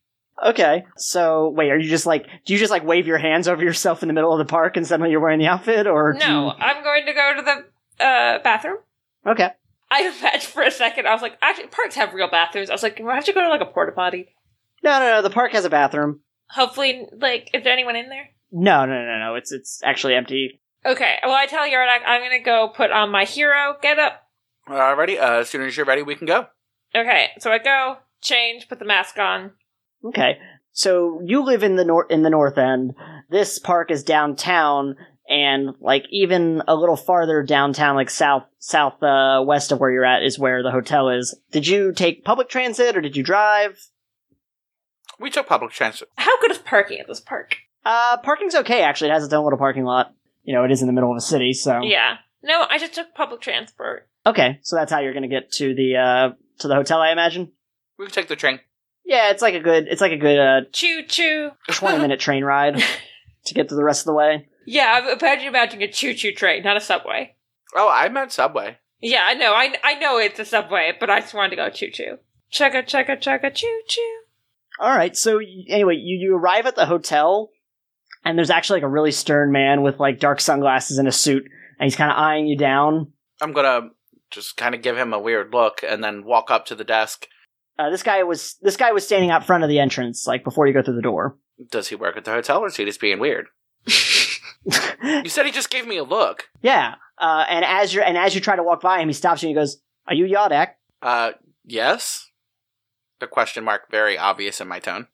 Okay. So wait, are you just like do you just like wave your hands over yourself in the middle of the park and suddenly you're wearing the outfit or do No, I'm going to go to the uh, bathroom. you- Okay. I imagined for a second. I was like, actually, parks have real bathrooms. I was like, do I have to go to like a porta potty? No, no, no, the park has a bathroom. Hopefully, like, is there anyone in there? No, no, no, no. It's it's actually empty. Okay. Well, I tell Yardak I'm going to go put on my hero. Get up. Alrighty, uh, as soon as you're ready, we can go. Okay. So I go change, put the mask on. Okay. So you live in the north in the north end. This park is downtown and like even a little farther downtown like south south uh, west of where you're at is where the hotel is. Did you take public transit or did you drive? We took public transit. How good is parking at this park? Uh parking's okay actually. It has its own little parking lot. You know, it is in the middle of a city, so Yeah. No, I just took public transport. Okay, so that's how you're going to get to the uh to the hotel, I imagine. We can take the train. Yeah, it's like a good it's like a good uh, Choo choo. 20 minute train ride to get to the rest of the way. Yeah, I'm imagine imagining a choo-choo train, not a subway. Oh, I meant subway. Yeah, I know. I I know it's a subway, but I just wanted to go choo-choo. Chugga chugga chugga choo-choo. All right, so y- anyway, you you arrive at the hotel and there's actually like a really stern man with like dark sunglasses and a suit and he's kind of eyeing you down. I'm gonna just kind of give him a weird look and then walk up to the desk. Uh, this guy was this guy was standing out front of the entrance like before you go through the door. Does he work at the hotel or is he just being weird? You said he just gave me a look. yeah. Uh, and as you are and as you try to walk by him, he stops you and he goes, "Are you Yadak?" Uh, yes? The question mark very obvious in my tone.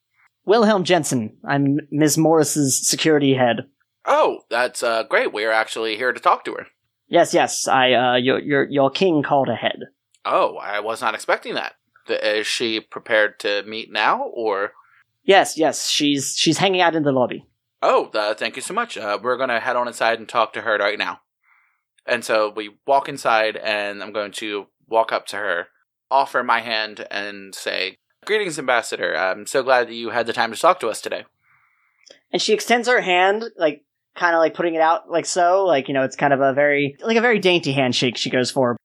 Wilhelm Jensen. I'm Ms. Morris's security head. Oh, that's uh, great. We're actually here to talk to her. Yes, yes. I uh, your your your king called ahead. Oh, I was not expecting that. Th- Is she prepared to meet now, or? Yes, yes. She's she's hanging out in the lobby. Oh, uh, thank you so much. Uh, we're gonna head on inside and talk to her right now. And so we walk inside, and I'm going to walk up to her offer my hand and say, Greetings, Ambassador. I'm so glad that you had the time to talk to us today. and she extends her hand like kind of like putting it out like so like you know it's kind of a very like a very dainty handshake she goes for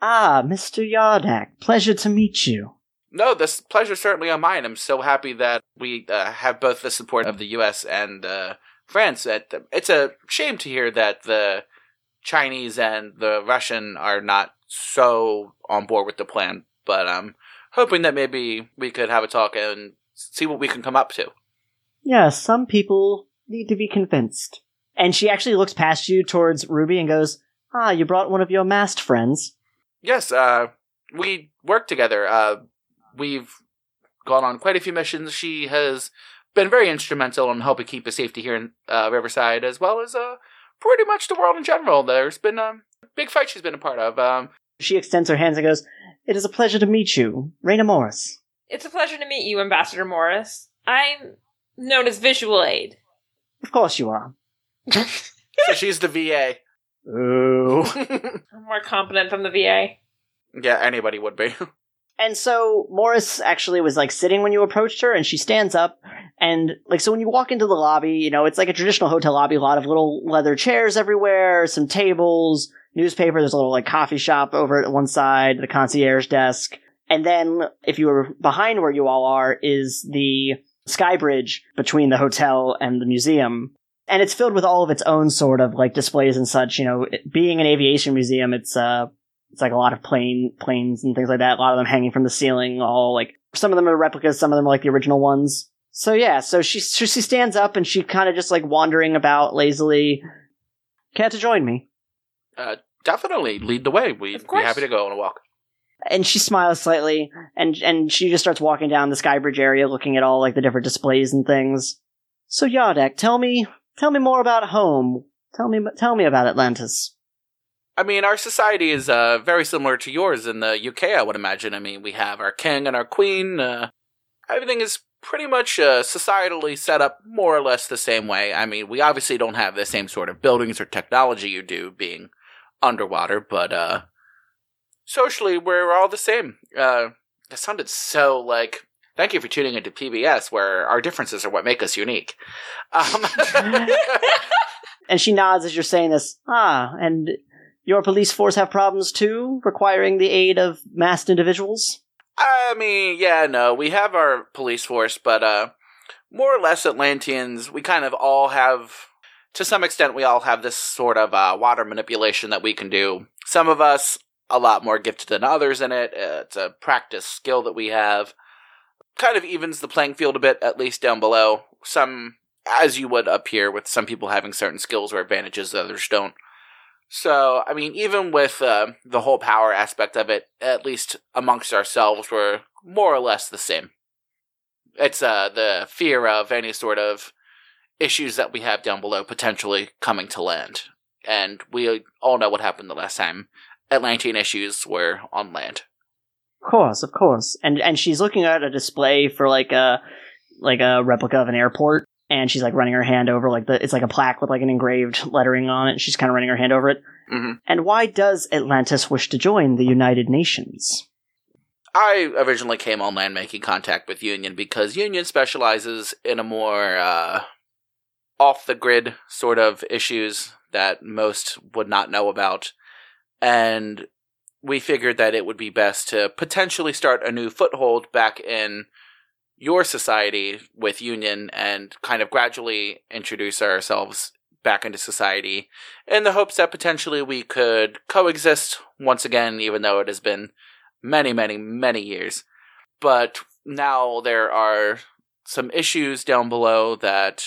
ah mr yardak pleasure to meet you No, this pleasure certainly on mine. I'm so happy that we uh, have both the support of the U.S. and uh, France. That it's a shame to hear that the Chinese and the Russian are not so on board with the plan. But I'm hoping that maybe we could have a talk and see what we can come up to. yeah some people need to be convinced and she actually looks past you towards ruby and goes ah you brought one of your masked friends Yes, uh, we work together. Uh, we've gone on quite a few missions. She has been very instrumental in helping keep us safety here in uh, Riverside, as well as uh, pretty much the world in general. There's been um, a big fight she's been a part of. Um, she extends her hands and goes it is a pleasure to meet you Raina morris It's a pleasure to meet you, Ambassador Morris. I'm known as Visual Aid. of course you are so she's the VA. Uh, ooh I'm more competent than the VA. yeah, anybody would be. And so Morris actually was like sitting when you approached her, and she stands up. And like, so when you walk into the lobby, you know, it's like a traditional hotel lobby, a lot of little leather chairs everywhere, some tables, newspaper, there's a little like coffee shop over at one side, the concierge desk. And then if you were behind where you all are, is the sky bridge between the hotel and the museum. And it's filled with all of its own sort of like displays and such. You know, it- being an aviation museum, it's uh, it's like a lot of plane planes and things like that. A lot of them hanging from the ceiling. All like some of them are replicas, some of them are like the original ones. So yeah, so she so she stands up and she kind of just like wandering about lazily. Care to join me? Definitely lead the way. We'd Of be course. happy to go on a walk. And she smiles slightly, and and she just starts walking down the skybridge area, looking at all like the different displays and things. So Yardak, tell me, tell me more about home. Tell me, tell me about Atlantis. I mean, our society is uh, very similar to yours in the UK, I would imagine. I mean, we have our king and our queen. Uh, everything is pretty much uh, societally set up more or less the same way. I mean, we obviously don't have the same sort of buildings or technology you do being underwater, but uh, socially, we're all the same. Uh, that sounded so like. Thank you for tuning into PBS, where our differences are what make us unique. Um, And she nods as you're saying this. Ah, and your police force have problems too, requiring the aid of masked individuals. I mean, yeah, no, we have our police force, but uh, more or less Atlanteans, we kind of all have, to some extent, we all have this sort of uh, water manipulation that we can do. Some of us a lot more gifted than others in it. Uh, it's a practice skill that we have. Kind of evens the playing field a bit, at least down below. Some, as you would up here, with some people having certain skills or advantages that others don't. So, I mean, even with uh, the whole power aspect of it, at least amongst ourselves, we're more or less the same. It's uh, the fear of any sort of issues that we have down below potentially coming to land. And we all know what happened the last time Atlantean issues were on land. Of course, of course. And and she's looking at a display for like a like a replica of an airport, and she's like running her hand over like the it's like a plaque with like an engraved lettering on it. And she's kind of running her hand over it. Mhm. And why does Atlantis wish to join the United Nations? I originally came on land making contact with Union because Union specializes in a more uh, off the grid sort of issues that most would not know about. And we figured that it would be best to potentially start a new foothold back in your society with Union and kind of gradually introduce ourselves back into society in the hopes that potentially we could coexist once again, even though it has been many, many, many years. But now there are some issues down below that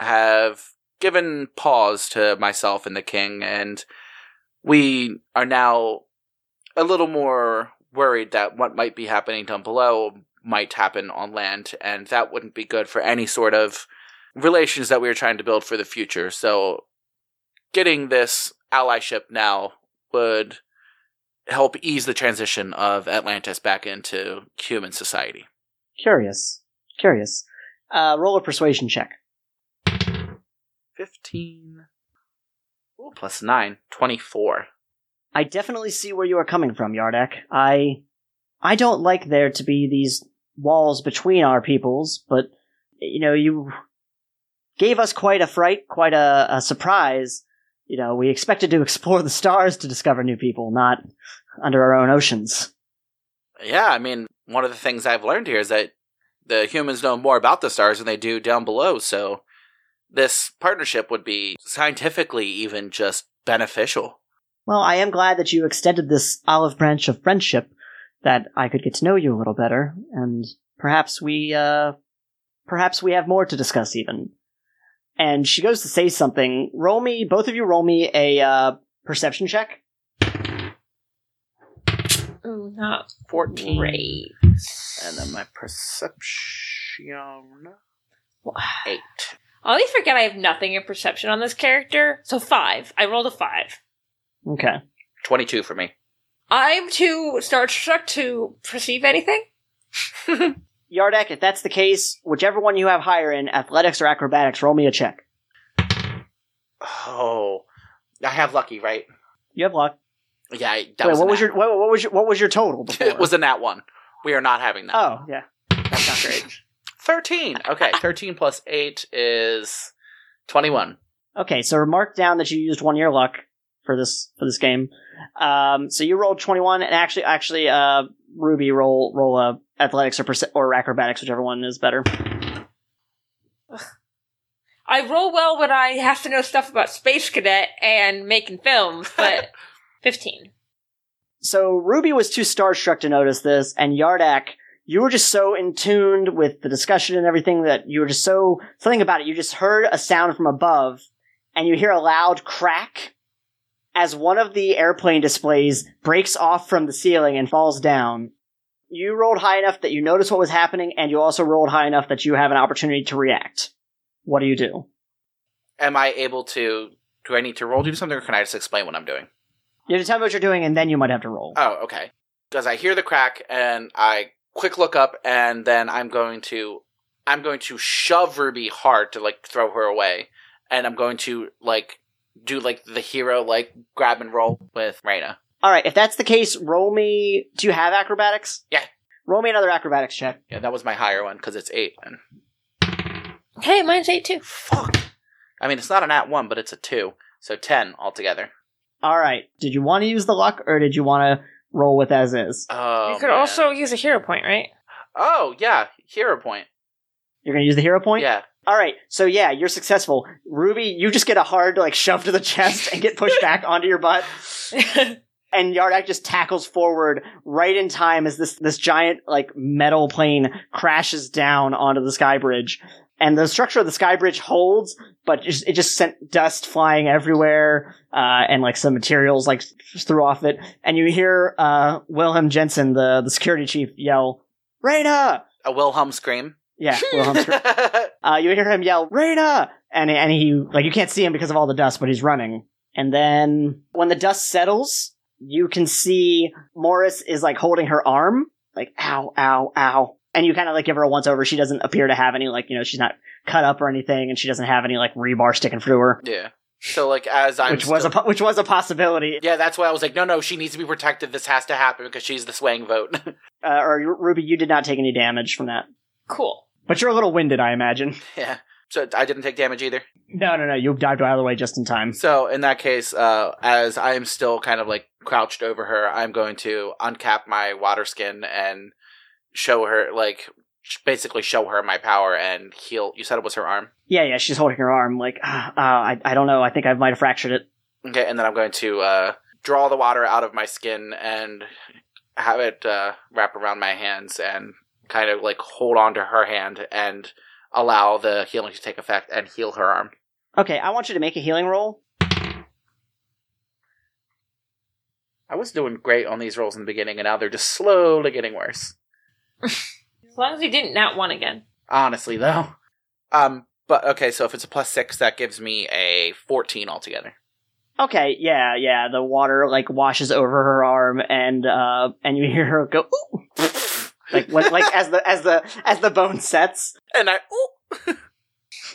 have given pause to myself and the king, and we are now a little more worried that what might be happening down below might happen on land, and that wouldn't be good for any sort of relations that we are trying to build for the future. So, getting this allyship now would help ease the transition of Atlantis back into human society. Curious, curious. Uh, roll a persuasion check. 15. Ooh, plus 9. 24. I definitely see where you are coming from, Yardak. I I don't like there to be these walls between our peoples, but you know, you gave us quite a fright, quite a, a surprise. You know, we expected to explore the stars to discover new people, not under our own oceans. Yeah, I mean, one of the things I've learned here is that the humans know more about the stars than they do down below, so this partnership would be scientifically even just beneficial. Well, I am glad that you extended this olive branch of friendship that I could get to know you a little better, and perhaps we, uh, perhaps we have more to discuss even. And she goes to say something. Roll me, both of you roll me a, uh, perception check. Ooh, not 14. great. And then my perception. Eight. I always forget I have nothing in perception on this character. So five. I rolled a five. Okay. 22 for me. I'm too Star Trek to perceive anything. Yardak, if that's the case, whichever one you have higher in, athletics or acrobatics, roll me a check. Oh. I have lucky, right? You have luck. Yeah, I- that Wait, was a what was nat- your what, what was your what was your total? Before? It was a nat one. We are not having that. oh yeah. That's not great. 13. Okay, 13 plus 8 is 21. Okay, so mark down that you used one year luck for this for this game. Um, so you rolled twenty one, and actually, actually, uh, Ruby roll roll a athletics or perce- or acrobatics, whichever one is better. I roll well when I have to know stuff about Space Cadet and making films, but 15. So Ruby was too starstruck to notice this, and Yardak, you were just so in tuned with the discussion and everything that you were just so something about it. You just heard a sound from above, and you hear a loud crack as one of the airplane displays breaks off from the ceiling and falls down. You rolled high enough that you noticed what was happening, and you also rolled high enough that you have an opportunity to react. What do you do? Am I able to. Do I need to roll to do something or can I just explain what I'm doing? You have to tell me what you're doing, and then you might have to roll. Oh, okay. Because I hear the crack and I quick look up and then I'm going to I'm going to shove Ruby hard to like throw her away and I'm going to like do like the hero like grab and roll with Reyna. All right, if that's the case, roll me. Do you have acrobatics? Yeah. Roll me another acrobatics check. Yeah, that was my higher one because it's eight. And Hey, mine's 8 too. fuck. I mean, it's not an at one, but it's a two, so ten altogether. All right. Did you want to use the luck, or did you want to roll with as is? Oh, you could man. also use a hero point, right? Oh yeah, hero point. You're gonna use the hero point. Yeah, All right. So yeah, you're successful. Ruby, you just get a hard like shove to the chest and get pushed back onto your butt, and Yardak just tackles forward right in time as this this giant like metal plane crashes down onto the sky bridge. And the structure of the sky bridge holds, but just, it just sent dust flying everywhere, uh, and like some materials like just threw off it. And you hear uh, Wilhelm Jensen, the the security chief, yell, "Reyna!" a Wilhelm scream. Yeah, Wilhelm Scr- uh, you hear him yell, Reyna! And, and he, like, you can't see him because of all the dust, but he's running. And then when the dust settles, you can see Morris is, like, holding her arm, like, ow, ow, ow. And you kind of, like, give her a once over. She doesn't appear to have any, like, you know, she's not cut up or anything, and she doesn't have any, like, rebar sticking through her, yeah. So like as I'm which was, a, still- po- which was a possibility. yeah, that's why I was like, no, no, she needs to be protected. This has to happen because she's the swaying vote. Uh, or, Ruby, you did not take any damage from that. cool. But you're a little winded, I imagine. yeah. So I didn't take damage either. No, no, no, you dived out of the way just in time. So in that case, uh, as I am still kind of like crouched over her, I'm going to uncap my water skin and show her like sh- basically show her my power and heal. You said it was her arm. Yeah, yeah, she's holding her arm, like, ah, ah, I, I don't know, I think I might have fractured it. Okay, and then I'm going to uh, draw the water out of my skin and have it uh, wrap around my hands and kind of like hold on to her hand and allow the healing to take effect and heal her arm. Okay, I want you to make a healing roll. I was doing great on these rolls in the beginning, and now they're just slowly getting worse. As long as we didn't nat one again. Honestly, though. Um, but okay, so if it's a plus six, that gives me a fourteen altogether. Okay, yeah, yeah. The water like washes over her arm, and uh, and you hear her go ooh, like when, like as the as the as the bone sets. and I, ooh,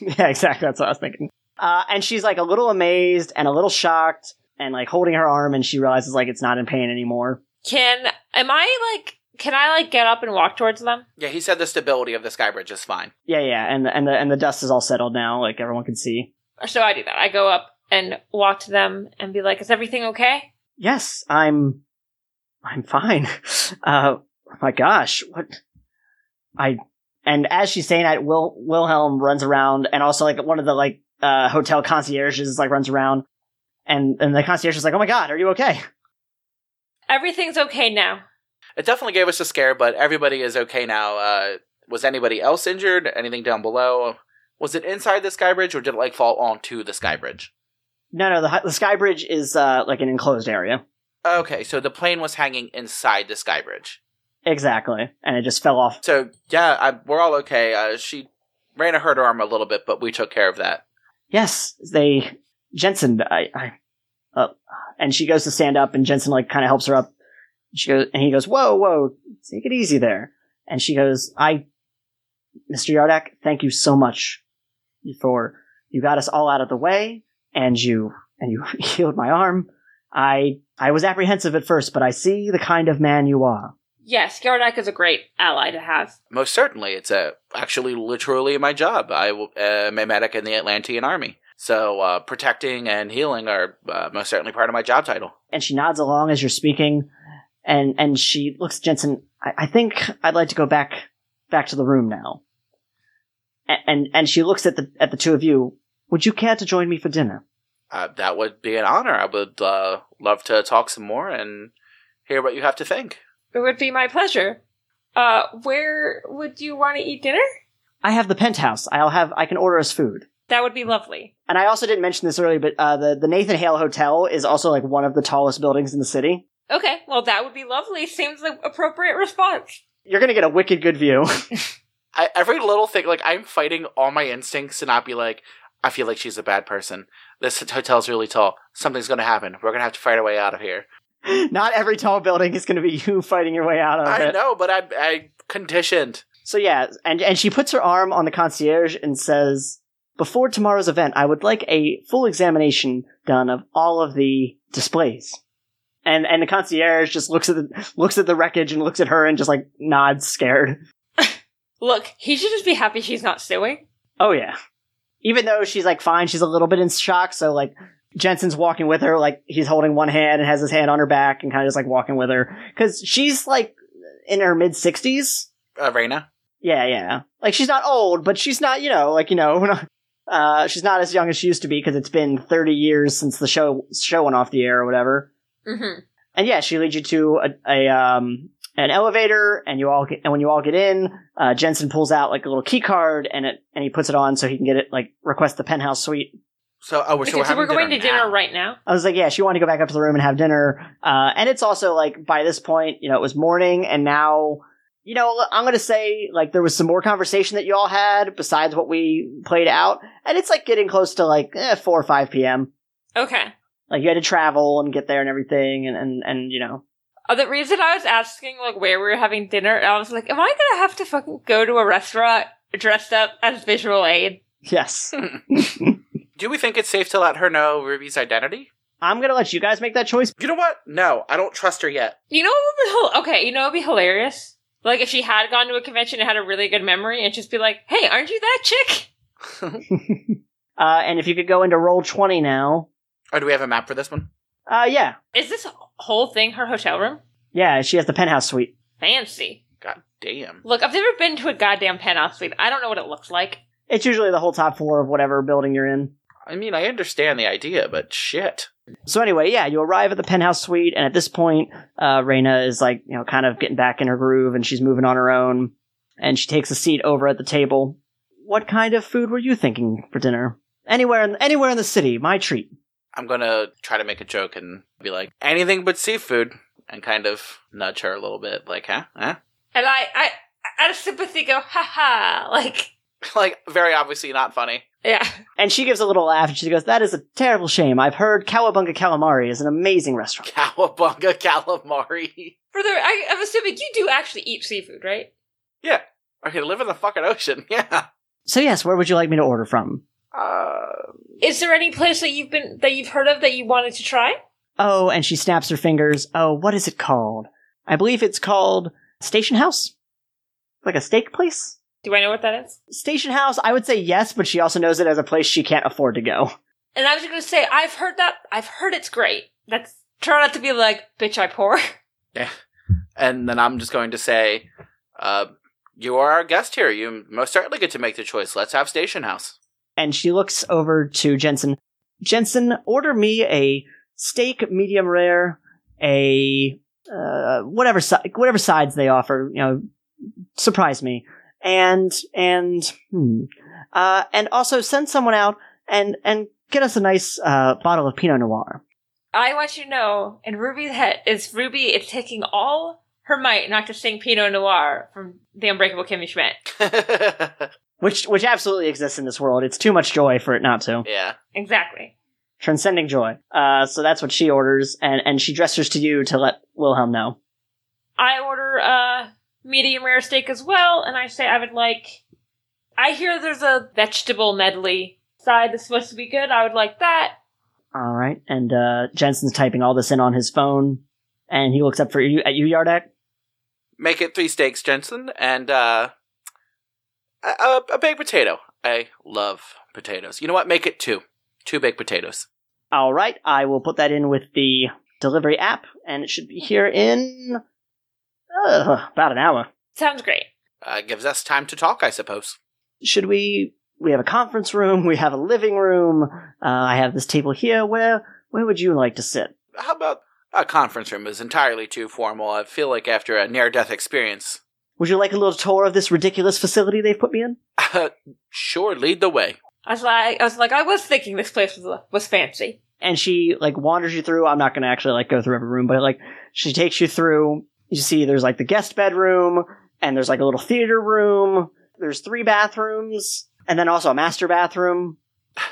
yeah, exactly. That's what I was thinking. Uh, and she's like a little amazed and a little shocked, and like holding her arm, and she realizes like it's not in pain anymore. Can, am I like Can I like get up and walk towards them? Yeah, he said the stability of the sky bridge is fine. Yeah, yeah, and the, and the and the dust is all settled now. Like everyone can see. So I do that. I go up and walk to them and be like, "Is everything okay?" Yes, I'm, I'm fine. Uh, my gosh, what? I and as she's saying that, Will Wilhelm runs around, and also like one of the like uh, hotel concierges like runs around, and and the concierge is like, "Oh my god, are you okay?" Everything's okay now. It definitely gave us a scare, but everybody is okay now. Uh, was anybody else injured? Anything down below? Was it inside the sky bridge, or did it like fall onto the sky bridge? No, no, the hi- the sky bridge is uh, like an enclosed area. Okay, so the plane was hanging inside the sky bridge. Exactly, and it just fell off. So yeah, I, we're all okay. Uh, she ran a hurt her arm a little bit, but we took care of that. Yes, they Jensen. I, I uh, and she goes to stand up, and Jensen like kind of helps her up. She goes, and he goes, "Whoa, whoa, take it easy there." And she goes, "I, Mr. Yardak, thank you so much for you got us all out of the way, and you and you healed my arm. I I was apprehensive at first, but I see the kind of man you are. Yes, Gardak is a great ally to have. Most certainly, it's uh actually literally my job. I w- uh, am a medic in the Atlantean Army, so uh, protecting and healing are uh, most certainly part of my job title. and she nods along as you're speaking, and and she looks at Jensen. I, I think I'd like to go back back to the room now. And, and and she looks at the at the two of you. Would you care to join me for dinner? Uh, that would be an honor. I would uh, love to talk some more and hear what you have to think. It would be my pleasure. Uh, where would you want to eat dinner? I have the penthouse. I'll have I can order us food. That would be lovely. And I also didn't mention this earlier, but uh, the the Nathan Hale Hotel is also like one of the tallest buildings in the city. Okay, well, that would be lovely. Seems the appropriate response. You're gonna get a wicked good view. I, every little thing, like I'm fighting all my instincts to not be like, I feel like she's a bad person. This hotel's really tall. Something's going to happen. We're going to have to fight our way out of here. Not every tall building is gonna be you fighting your way out of it. I know, but I I conditioned. So yeah, and and she puts her arm on the concierge and says, "Before tomorrow's event, I would like a full examination done of all of the displays." And and the concierge just looks at the looks at the wreckage and looks at her and just like nods, scared. Look, he should just be happy she's not suing. Oh yeah, even though she's like fine, she's a little bit in shock. So like Jensen's walking with her, like he's holding one hand and has his hand on her back and kind of just like walking with her because she's like in her mid sixties. Uh, Raina? Yeah, yeah. Like she's not old, but she's not, you know, like you know, we're not- uh, she's not as young as she used to be because it's been thirty years since the show show went off the air or whatever. Mm-hmm. And yeah, she leads you to a, a um an elevator, and you all get, and when you all get in, uh, Jensen pulls out like a little key card and it and he puts it on so he can get it like request the penthouse suite. So, oh, we're, so So, we're, we're having going to dinner now. right now. I was like, yeah, she wanted to go back up to the room and have dinner. Uh, and it's also like by this point, you know, it was morning, and now, you know, I'm gonna say like there was some more conversation that you all had besides what we played out, and it's like getting close to like eh, four or five p.m. Okay. Like you had to travel and get there and everything, and and and you know, Uh, the reason I was asking, like, where we were having dinner, I was like, am I gonna have to fucking go to a restaurant dressed up as visual aid? yes, Do we think it's safe to let her know Ruby's identity? I'm gonna let you guys make that choice. You know what? No, I don't trust her yet. You know what would be hil- okay, you know what would be hilarious? Like, if she had gone to a convention and had a really good memory and just be like, hey, aren't you that chick? Uh, and if you could go into roll twenty now, Or do we have a map for this one? uh, yeah, Is this whole thing her hotel room? yeah, she has the penthouse suite. Fancy. God damn. Look, I've never been to a goddamn penthouse suite. I don't know what it looks like. It's usually the whole top floor of whatever building you're in. I mean, I understand the idea, but shit. So anyway, yeah, you arrive at the penthouse suite, and at this point, uh, Reina is like, you know, kind of getting back in her groove, and she's moving on her own, and she takes a seat over at the table. What kind of food were you thinking for dinner? Anywhere, in, anywhere in the city, my treat. I'm gonna try to make a joke and be like, anything but seafood, and kind of nudge her a little bit, like, huh? Huh? And I, I, out of sympathy, go, haha. Like, like, very obviously not funny. yeah. And she gives a little laugh, and she goes, "That is a terrible shame. I've heard Cowabunga Calamari is an amazing restaurant. Cowabunga calamari. Brother, I, I'm assuming you do actually eat seafood, right? Okay, live in the fucking ocean, yeah. So yes, where would you like me to order from? Uh, Is there any place that you've been that you've heard of that you wanted to try? Oh, and she snaps her fingers. Oh, what is it called? I believe it's called Station house? Like a steak place? Do I know what that is? Station house, I would say yes, but she also knows it as a place she can't afford to go. And I was just gonna say, I've heard that. I've heard it's great. That's turned out to be like, bitch, I pour. And then I'm just going to say, uh, you are our guest here. You most certainly get to make the choice. Let's have Station House. And she looks over to Jensen. Jensen, order me a steak medium rare, a uh, whatever si- whatever sides they offer, you know, surprise me. And and hmm. uh, and also send someone out and and get us a nice uh, bottle of Pinot Noir. I want you to know, and Ruby's head is Ruby is taking all her might not to sing Pinot Noir from The Unbreakable Kimmy Schmidt. Which, which absolutely exists in this world. It's too much joy for it not to. yeah. Exactly. Transcending joy. Uh, so that's what she orders, and, and she gestures to you to let Wilhelm know. I order a medium rare steak as well, and I say I would like. I hear there's a vegetable medley side that's supposed to be good. I would like that. All right, and uh, Jensen's typing all this in on his phone, and he looks up for you at you, Yardak. Make it three steaks, Jensen, and uh, a, a, a baked potato. I love potatoes. You know what? Make it two. Two baked potatoes. All right, I will put that in with the delivery app, and it should be here in uh, about an hour. Sounds great. Uh, gives us time to talk, I suppose. Should we? We have a conference room. We have a living room. Uh, I have this table here. Where where would you like to sit? How about a conference room is entirely too formal. I feel like after a near death experience. Would you like a little tour of this ridiculous facility they've put me in? sure, lead the way. I was like, I was like, I was thinking this place was was fancy. and she like wanders you through. I'm not going to actually like go through every room, but like she takes you through. You see, there's like the guest bedroom, and there's like a little theater room. There's three bathrooms, and then also a master bathroom.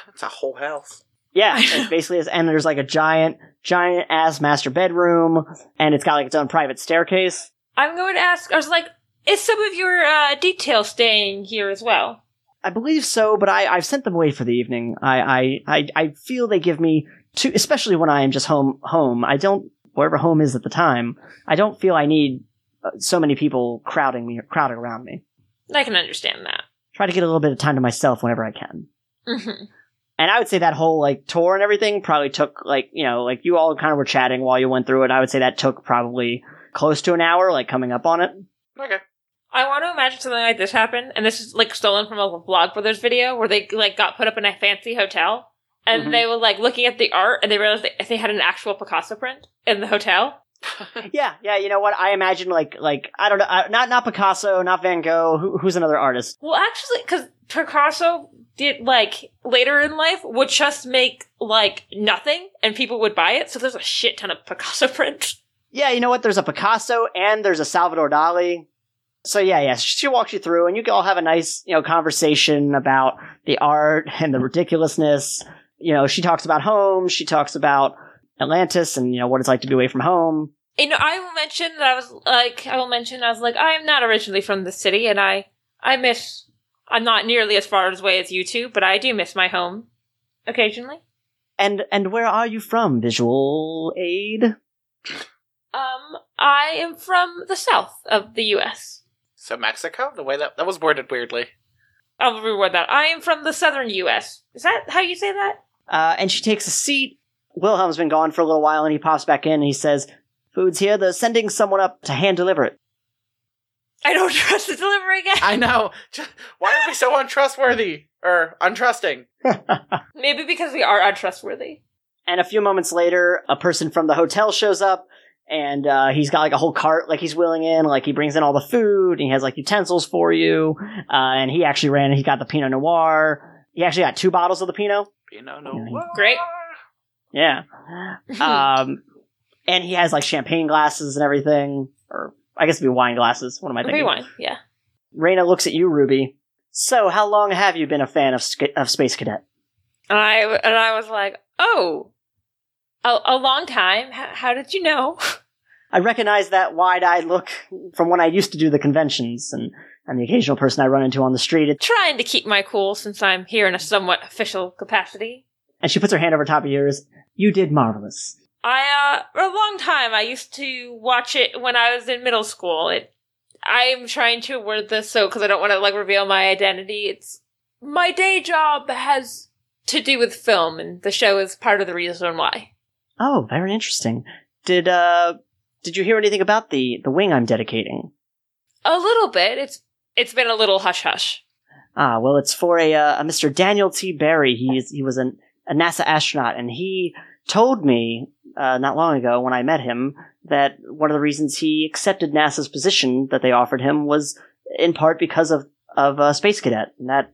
It's a whole house. Yeah, it basically is. And there's like a giant, giant ass master bedroom, and it's got like its own private staircase. I'm going to ask. I was like, is some of your uh, detail staying here as well? I believe so, but I, I've sent them away for the evening. I, I, I, I feel they give me too, especially when I am just home. Home, I don't wherever home is at the time. I don't feel I need uh, so many people crowding me, crowding around me. I can understand that. Try to get a little bit of time to myself whenever I can. hmm And I would say that whole like tour and everything probably took like you know like you all kind of were chatting while you went through it. I would say that took probably close to an hour, like coming up on it. Okay. I want to imagine something like this happened, and this is like stolen from a Vlog Brothers video where they like got put up in a fancy hotel, and Mhm. they were like looking at the art, and they realized they, they had an actual Picasso print in the hotel. Yeah, yeah. You know what? I imagine like like I don't know, I, not not Picasso, not Van Gogh. Who, who's another artist? Well, actually, because Picasso did like later in life would just make like nothing, and people would buy it. So there's a shit ton of Picasso prints. Yeah, you know what? There's a Picasso and there's a Salvador Dali. So yeah, yeah, she walks you through, and you can all have a nice, you know, conversation about the art and the ridiculousness. You know, she talks about home. She talks about Atlantis and you know what it's like to be away from home. You know, I will mention that I was like, I will mention I was like, I am not originally from the city, and I I miss. I'm not nearly as far away as you two, but I do miss my home occasionally. And and where are you from? Visual aid. Um, I am from the south of the U.S. So Mexico, the way that that was worded weirdly. I'll reward that. I am from the southern U.S. Is that how you say that? Uh, and she takes a seat. Wilhelm's been gone for a little while, and he pops back in. and He says, "Food's here. They're sending someone up to hand deliver it." I don't trust the delivery guy. I know. Just, why are we so untrustworthy or untrusting? Maybe because we are untrustworthy. And a few moments later, a person from the hotel shows up, and uh, he's got like a whole cart, like he's wheeling in, like he brings in all the food, and he has like utensils for you. Uh, and he actually ran, and he got the Pinot Noir. He actually got two bottles of the Pinot. You know, Yeah, you- no. Great. Yeah. Um, and he has like champagne glasses and everything, or I guess it'd be wine glasses. What am I thinking? Rewind. Yeah. Raina looks at you, Ruby. So, how long have you been a fan of Sk- of Space Cadet? And I and I was like, oh, a, a long time. H- how did you know? I recognize that wide-eyed look from when I used to do the conventions and, and the occasional person I run into on the street. It- Trying to keep my cool since I'm here in a somewhat official capacity. And she puts her hand over top of yours. You did marvelous. I uh, for a long time I used to watch it when I was in middle school. It I'm trying to word this so because I don't want to like reveal my identity. It's my day job has to do with film, and the show is part of the reason why. Oh, very interesting. Did uh did you hear anything about the the wing I'm dedicating? A little bit. It's it's been a little hush hush. Ah, well, it's for a, uh, a Mr. Daniel T. Barry. He is, he was an, a NASA astronaut, and he told me uh, not long ago when I met him that one of the reasons he accepted NASA's position that they offered him was in part because of of uh, Space Cadet, and that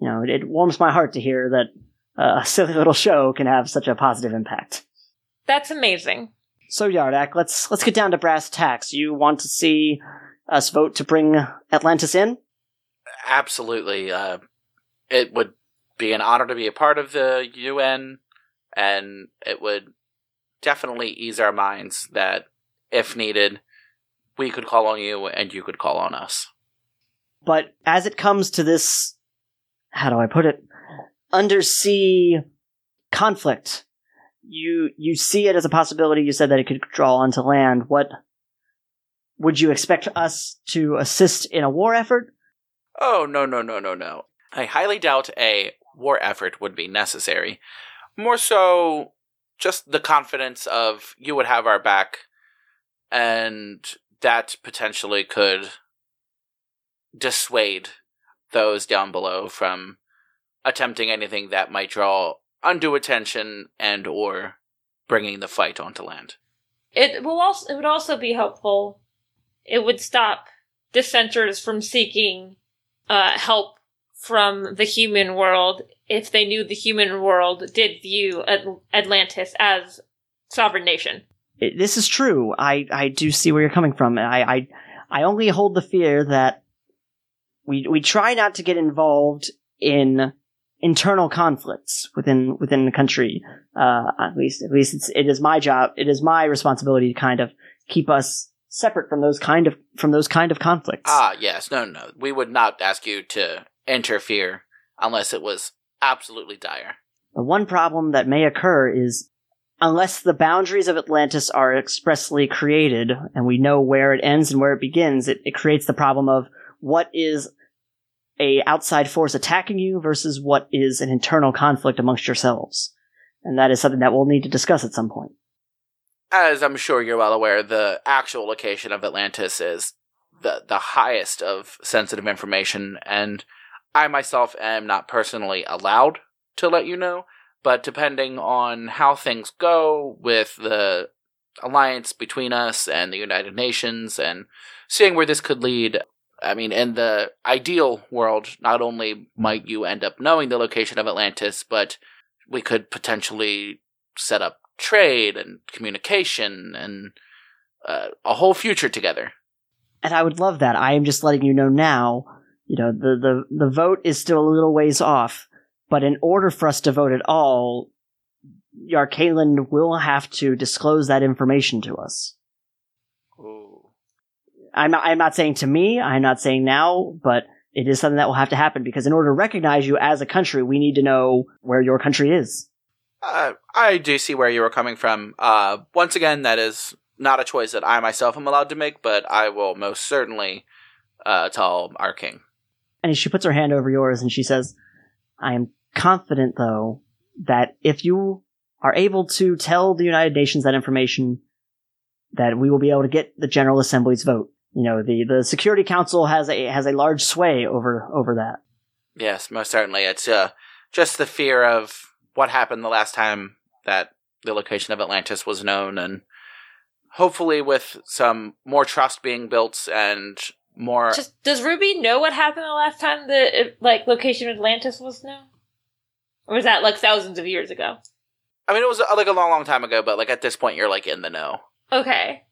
you know it, it warms my heart to hear that uh, a silly little show can have such a positive impact. That's amazing. So Yardak, let's let's get down to brass tacks. You want to see us vote to bring Atlantis in? Absolutely. Uh, it would be an honor to be a part of the UN, and it would definitely ease our minds that if needed, we could call on you and you could call on us. But as it comes to this, how do I put it? Undersea conflict. You you see it as a possibility. You said that it could draw onto land. What would you expect us to assist in a war effort? Oh, no, no, no, no, no. I highly doubt a war effort would be necessary. More so, just the confidence of you would have our back, and that potentially could dissuade those down below from attempting anything that might draw undue attention and or bringing the fight onto land. It will also it would also be helpful. It would stop dissenters from seeking uh, help from the human world if they knew the human world did view At- Atlantis as sovereign nation. It- this is true. I, I do see where you're coming from. I, I I only hold the fear that we we try not to get involved in internal conflicts within within the country. Uh, at least at least it's, it is my job. It is my responsibility to kind of keep us separate from those kind of from those kind of conflicts. Ah, yes, no, no. We would not ask you to interfere unless it was absolutely dire. The one problem that may occur is unless the boundaries of Atlantis are expressly created and we know where it ends and where it begins, it, it creates the problem of what is a outside force attacking you versus what is an internal conflict amongst yourselves. And that is something that we'll need to discuss at some point. As I'm sure you're well aware, the actual location of Atlantis is the the highest of sensitive information, and I myself am not personally allowed to let you know. But depending on how things go with the alliance between us and the United Nations, and seeing where this could lead, I mean, in the ideal world, not only might you end up knowing the location of Atlantis, but we could potentially set up trade and communication and uh, a whole future together. And I would love that. I am just letting you know now, you know, the, the, the vote is still a little ways off, but in order for us to vote at all, Yarkaland will have to disclose that information to us. Ooh. I'm not, I'm not saying to me, I'm not saying now, but it is something that will have to happen because in order to recognize you as a country, we need to know where your country is. Uh, I do see where you were coming from. Uh, once again, that is not a choice that I myself am allowed to make, but I will most certainly uh, tell our king. And she puts her hand over yours and she says, I am confident though that if you are able to tell the United Nations that information, that we will be able to get the General Assembly's vote. You know, the, the Security Council has a, has a large sway over, over that. Yes, most certainly. It's uh, just the fear of what happened the last time that the location of Atlantis was known, and hopefully, with some more trust being built and more. Just, does Ruby know what happened the last time the uh, like location of Atlantis was known, or was that like thousands of years ago? I mean, it was uh, like a long, long time ago, but like at this point, you're like in the know. Okay,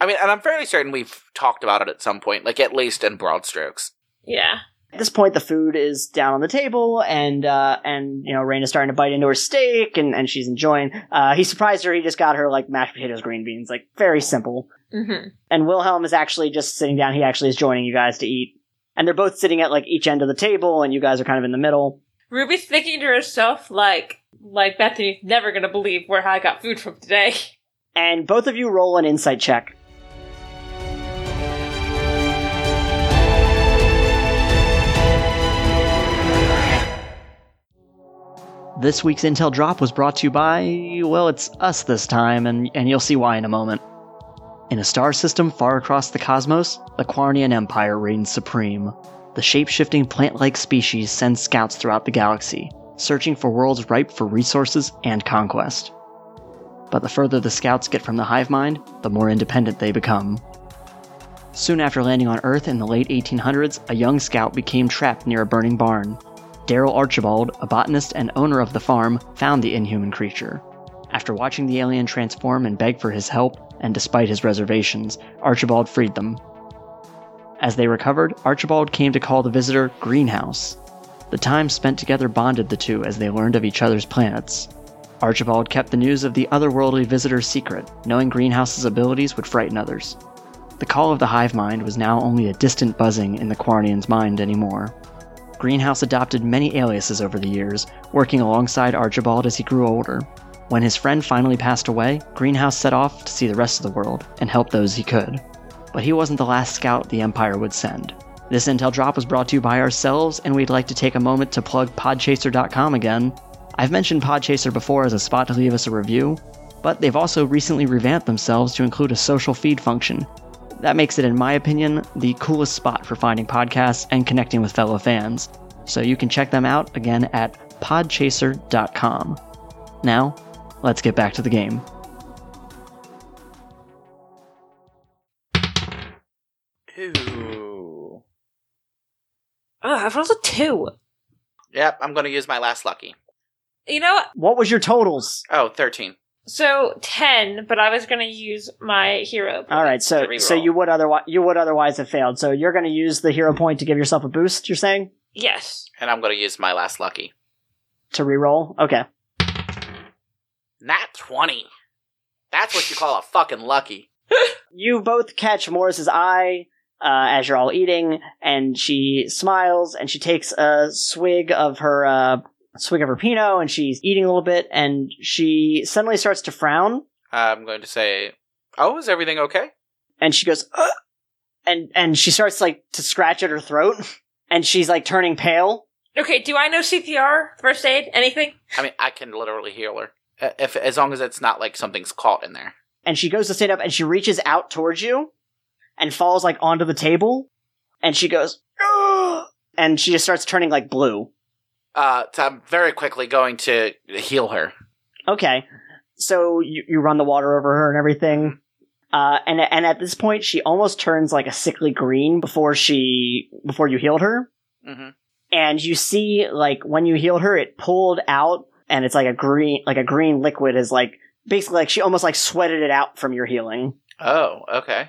I mean, and I'm fairly certain we've talked about it at some point, like at least in broad strokes. yeah. At this point, the food is down on the table, and uh, and you know Raina's starting to bite into her steak, and, and she's enjoying. Uh, he surprised her; he just got her like mashed potatoes, green beans, like very simple. hmm And Wilhelm is actually just sitting down. He actually is joining you guys to eat, and they're both sitting at like each end of the table, and you guys are kind of in the middle. Ruby's thinking to herself like like Bethany's never gonna believe where I got food from today. And both of you roll an insight check. This week's Intel Drop was brought to you by, well, it's us this time, and, and you'll see why in a moment. In a star system far across the cosmos, the Quarnian Empire reigns supreme. The shape shifting plant like species send scouts throughout the galaxy, searching for worlds ripe for resources and conquest. But the further the scouts get from the hive mind, the more independent they become. Soon after landing on Earth in the late 1800s, a young scout became trapped near a burning barn. Daryl Archibald, a botanist and owner of the farm, found the inhuman creature. After watching the alien transform and beg for his help, and despite his reservations, Archibald freed them. As they recovered, Archibald came to call the visitor Greenhouse. The time spent together bonded the two as they learned of each other's planets. Archibald kept the news of the otherworldly visitor secret, knowing Greenhouse's abilities would frighten others. The call of the hive mind was now only a distant buzzing in the Quarnian's mind anymore. Greenhouse adopted many aliases over the years, working alongside Archibald as he grew older. When his friend finally passed away, Greenhouse set off to see the rest of the world and help those he could. But he wasn't the last scout the Empire would send. This intel drop was brought to you by ourselves, and we'd like to take a moment to plug podchaser.com again. I've mentioned Podchaser before as a spot to leave us a review, but they've also recently revamped themselves to include a social feed function. That makes it, in my opinion, the coolest spot for finding podcasts and connecting with fellow fans. So you can check them out again at podchaser.com. Now, let's get back to the game. Ooh. Ugh, I've rolled a two. Yep, I'm going to use my last lucky. You know, What was your totals? Oh, 13. so ten, but I was gonna use my hero. Oh. All right, points so to so reroll. you would otherwise you would otherwise have failed. So you're going to use the hero point to give yourself a boost. You're saying yes, And I'm going to use my last lucky. to reroll? Okay. Nat 20. That's what you call a fucking lucky. You both catch Morris's eye uh, as you're all eating, and she smiles and she takes a swig of her uh, swig of her pinot, and she's eating a little bit, and she suddenly starts to frown, I'm going to say, oh, is everything okay? and she goes, Ugh! and and she starts like to scratch at her throat, and she's like turning pale. Okay, do I know CPR, first aid, anything? I mean, I can literally heal her. Uh, If, as long as it's not like something's caught in there. and she goes to stand up and she reaches out towards you and falls like onto the table and she goes "Ugh," and she just starts turning like blue Uh, so I'm very quickly going to heal her. okay so you, you run the water over her and everything uh, and and at this point she almost turns like a sickly green before she before you healed her hmm and you see like when you healed her it pulled out and it's like a green like a green liquid is like basically like she almost like sweated it out from your healing Oh, okay.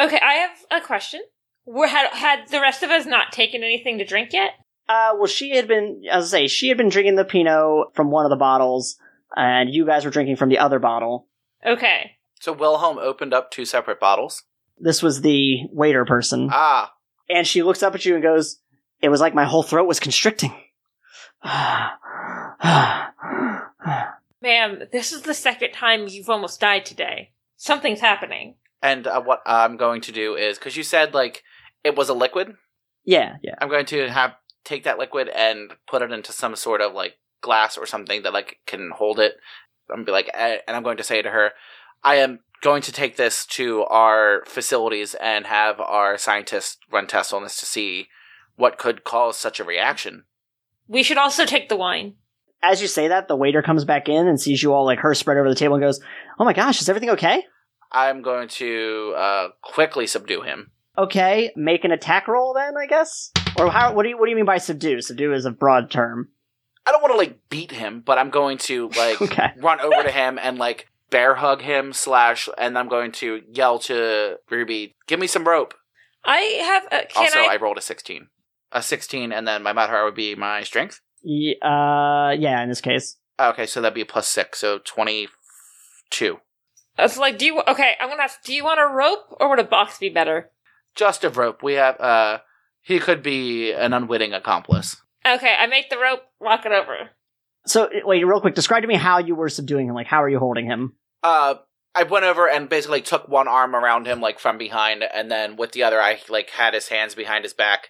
Okay, I have a question. Were had had the rest of us not taken anything to drink yet? Uh, well, she had been, as I say, she had been drinking the Pinot from one of the bottles, and you guys were drinking from the other bottle. Okay. So Wilhelm opened up two separate bottles. This was the waiter person. Ah, And she looks up at you and goes, It was like my whole throat was constricting. Ma'am, this is the second time you've almost died today. Something's happening. and uh, what I'm going to do is because you said like it was a liquid. yeah, yeah. I'm going to have take that liquid and put it into some sort of like glass or something that like can hold it. I'm gonna be like, eh, and I'm going to say to her, I am going to take this to our facilities and have our scientists run tests on this to see what could cause such a reaction. We should also take the wine. As you say that, the waiter comes back in and sees you all, like, her spread over the table and goes, Oh my gosh, is everything okay? I'm going to uh, quickly subdue him. Okay, make an attack roll then, I guess? Or how, what do you, what do you mean by subdue? Subdue is a broad term. I don't want to like beat him, but I'm going to like Okay. run over to him and like bear hug him slash, and I'm going to yell to Ruby, "Give me some rope." I have a can also, I... I, rolled a sixteen, a sixteen, and then my modifier would be my strength. Y- uh, yeah, in this case. Okay, so that'd be a plus six, so twenty-two. I was like, do you okay, I'm gonna ask, do you want a rope or would a box be better? Just a rope. We have. uh He could be an unwitting accomplice. Okay, I make the rope, lock it over. So wait, real quick, describe to me how you were subduing him. Like, how are you holding him? uh I went over and basically took one arm around him like from behind and then with the other I like had his hands behind his back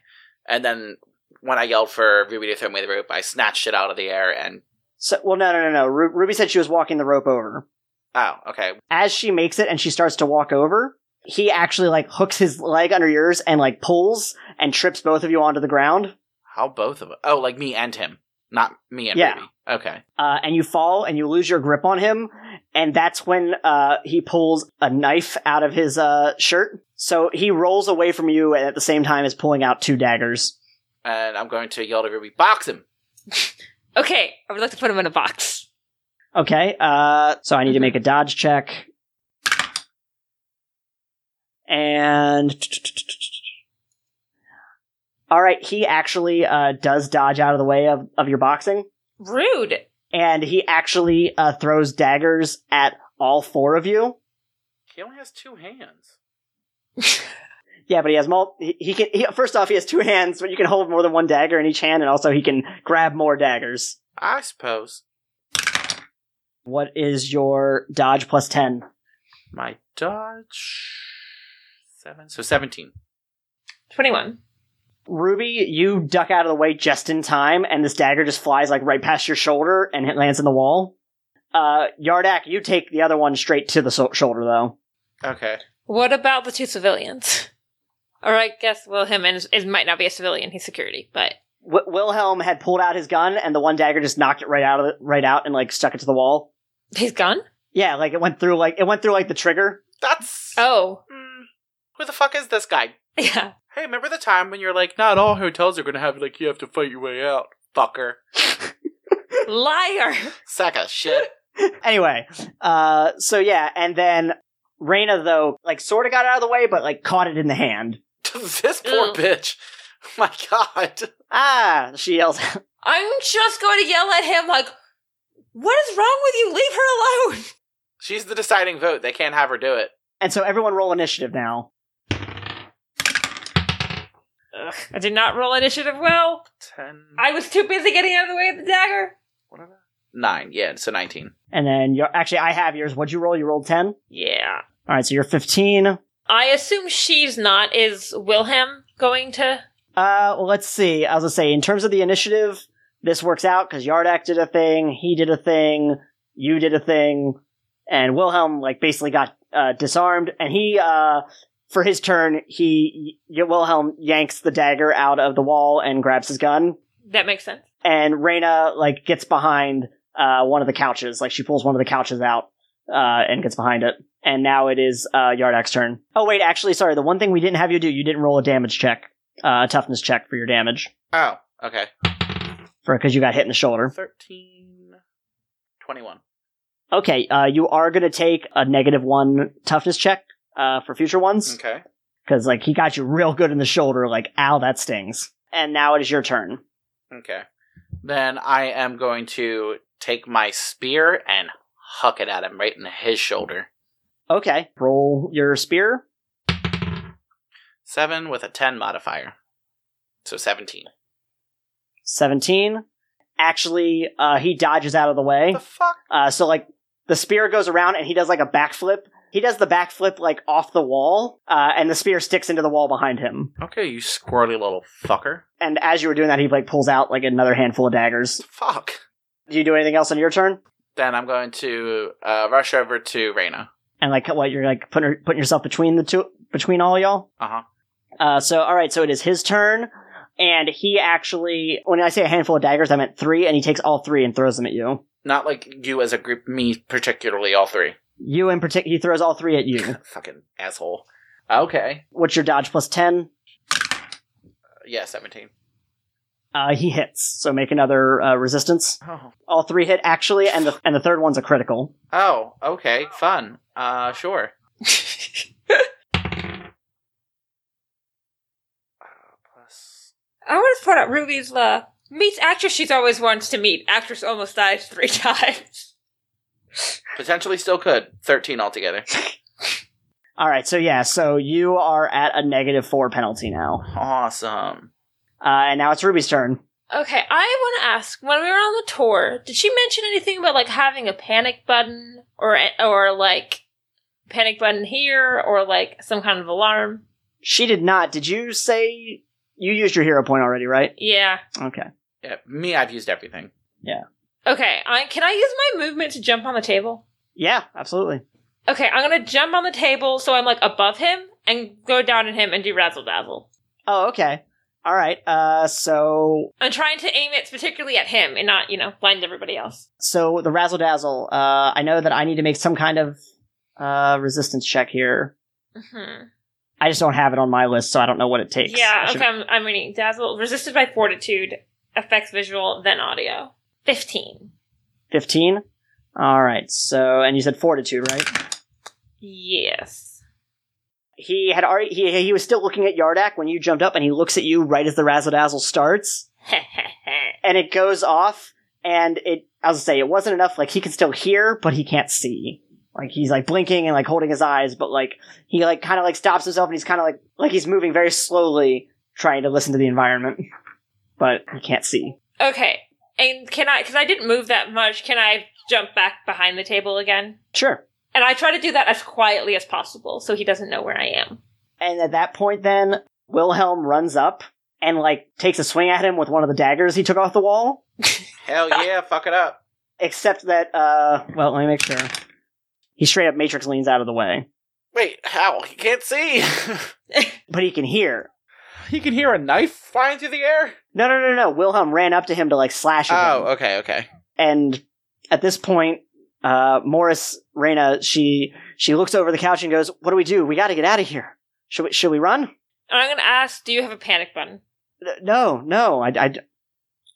and then when I yelled for Ruby to throw me the rope, I snatched it out of the air and So, well, no, no, no, no. Ru- Ruby said she was walking the rope over. oh, okay, As she makes it and she starts to walk over, he actually like hooks his leg under yours and like pulls and trips both of you onto the ground. how both of us? Oh, like me and him, not me and Yeah. Ruby. Okay, Uh, and you fall and you lose your grip on him, and that's when uh, he pulls a knife out of his uh, shirt. So he rolls away from you, and at the same time is pulling out two daggers. and I'm going to yell to Ruby, box him. Okay, I would like to put him in a box. Okay, uh, so I need to make a dodge check, and all right, he actually uh, does dodge out of the way of, of your boxing. Rude. and he actually uh, throws daggers at all four of you. He only has two hands. Yeah, but he has mul- he, he can he, first off he has two hands, but you can hold more than one dagger in each hand, and also he can grab more daggers. I suppose What is your dodge plus ten? my dodge seven, so seventeen. 21. Ruby, you duck out of the way just in time, and this dagger just flies like right past your shoulder and it lands in the wall. Uh, Yardak, you take the other one straight to the so- shoulder though. Okay, What about the two civilians? Or I guess, well, him and it might not be a civilian, he's security, but Wi Wilhelm had pulled out his gun, and the one dagger just knocked it right out of the- right out and like stuck it to the wall. he's gone? Yeah, like it went through like it went through like the trigger. that's Oh, Hmm. who the fuck is this guy? yeah. Hey, remember the time when you're like, not all hotels are gonna have like you have to fight your way out, fucker. Liar. Sack of shit. Anyway, uh so yeah, and then Reyna though like sort of got out of the way but like caught it in the hand. this poor Ew. bitch. Oh My god. Ah, she yells out. I'm just going to yell at him, like, what is wrong with you? Leave her alone. She's the deciding vote. They can't have her do it. And so everyone roll initiative now. Ugh, I did not roll initiative well. Ten. I was too busy getting out of the way of the dagger. Whatever. Nine. Yeah, so 19. And then you're actually I have yours. What'd you roll? You rolled ten? Yeah. Alright, so you're fifteen. Uh I assume she's not. Is Wilhelm going to? well let's see. I was gonna say in terms of the initiative, this works out because Yardak did a thing, he did a thing, you did a thing, and Wilhelm like basically got uh, disarmed, and he uh, for his turn he y- Wilhelm yanks the dagger out of the wall and grabs his gun, That makes sense. and Reyna like gets behind uh, one of the couches, like she pulls one of the couches out uh, and gets behind it, and now it is uh, Yardak's turn. Oh wait, actually, sorry, the one thing we didn't have you do, you didn't roll a damage check, uh, a toughness check for your damage Oh, okay. for because you got hit in the shoulder. 13. 21. Okay, uh, you are going to take a negative one toughness check uh, for future ones Okay. because like he got you real good in the shoulder, like ow, that stings. And now it is your turn. Okay. Then I am going to take my spear and huck it at him right in his shoulder. Okay, roll your spear. Seven with a 10 modifier. So 17. Seventeen. Actually, uh, he dodges out of the way. The fuck? Uh, so like the spear goes around and he does like a backflip. He does the backflip like off the wall, uh, and the spear sticks into the wall behind him. Okay, you squirrely little fucker. And as you were doing that, he like pulls out like another handful of daggers. Fuck. Do you do anything else on your turn? Then I'm going to uh, rush over to Reyna. And like what you're like putting putting yourself between the two between all y'all. Uh-huh. Uh, so all right, so it is his turn, and he actually when I say a handful of daggers, I meant three, and he takes all three and throws them at you. Not like you as a group, me particularly, all three. You in particular, he throws all three at you. Fucking asshole. Okay. What's your dodge plus ten? Yeah, 17. Uh, he hits, so make another uh, resistance. Oh. All three hit actually, and the and the third one's a critical. Oh, okay. Fun. Uh, sure. Uh, plus- I want to point out Ruby's uh, meets actress she's always wants to meet. Actress almost dies three times. Potentially still could. 13 altogether. All right, so yeah, so you are at a negative four penalty now, Awesome. uh, and now it's Ruby's turn. Okay, I want to ask when we were on the tour, did she mention anything about like having a panic button or or like panic button here or like some kind of alarm? She did not. Did you say You used your hero point already, right? Yeah. Okay. Yeah, me, I've used everything. Okay. I, can I use my movement to jump on the table? Yeah, absolutely. Okay, I'm gonna jump on the table so I'm like above him and go down at him and do razzle dazzle. Oh, okay. All right. Uh, so I'm trying to aim it particularly at him and not, you know, blind everybody else. so the razzle dazzle. Uh, I know that I need to make some kind of uh resistance check here. hmm I just don't have it on my list, so I don't know what it takes. I Yeah, should- okay, I'm, I'm reading. Dazzle, resisted by fortitude, affects visual, then audio. 15. Fifteen. All right. So, and you said fortitude, right? Yes. He had already. He he was still looking at Yardak when you jumped up, and he looks at you right as the razzle dazzle starts. and it goes off and it I was gonna say it wasn't enough, like he can still hear, but he can't see. Like he's like blinking and like holding his eyes, but like he like kinda like stops himself and he's kinda like like he's moving very slowly trying to listen to the environment. But he can't see. okay, and can I, because I didn't move that much, can I jump back behind the table again? Sure. And I try to do that as quietly as possible so he doesn't know where I am. And at that point then, Wilhelm runs up and like takes a swing at him with one of the daggers he took off the wall. Hell yeah, fuck it up. Except that uh well, let me make sure. He straight up matrix leans out of the way. Wait, how? He can't see. But he can hear. he can hear a knife flying through the air. No, no, no, no. Wilhelm ran up to him to like slash at him. Oh, okay, okay. and at this point uh morris Reyna, she she looks over the couch and goes what do we do we got to get out of here should we should we run And I'm gonna ask, do you have a panic button? N- no no i i,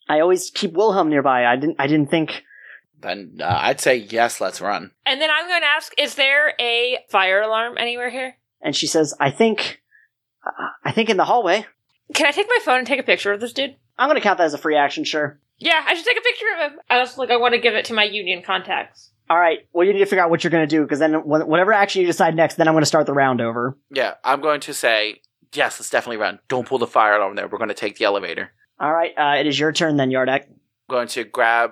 I always keep wilhelm nearby i didn't i didn't think Then uh, I'd say yes. Let's run. And then I'm going to ask, is there a fire alarm anywhere here? and she says i think uh, i think in the hallway Can I take my phone and take a picture of this dude? i'm gonna count that as a free action sure Yeah, I should take a picture of him. I was like, I want to give it to my union contacts. all right well you need to figure out what you're gonna do because then wh- whatever action you decide next then i'm gonna start the round over Yeah, I'm going to say yes. Let's definitely run. Don't pull the fire alarm there. We're going to take the elevator. all right uh, it is your turn then yardak I'm going to grab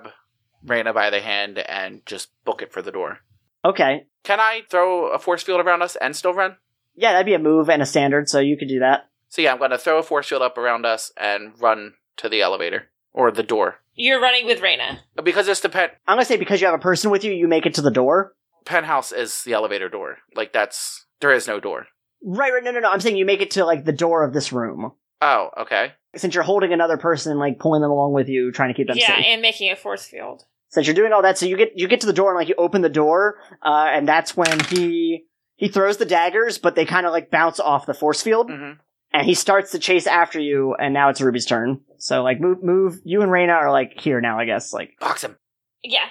Raina by the hand and just book it for the door. okay Can I throw a force field around us and still run? yeah that'd be a move and a standard so you could do that So yeah, I'm going to throw a force field up around us and run to the elevator or the door You're running with Reyna. because it's the pet i'm gonna say because you have a person with you you make it to the door penthouse is the elevator door. Like that's there is no door. Right, right, no, no, no. I'm saying you make it to like the door of this room. Oh, okay. Since you're holding another person, like pulling them along with you, trying to keep them Yeah, safe. and making a force field. Since you're doing all that, so you get you get to the door and like you open the door, uh, and that's when he he throws the daggers, but they kind of like bounce off the force field, hmm and he starts to chase after you. And now it's Ruby's turn. So like move, move. You and Reyna are like here now, I guess. Like Box him. Yeah.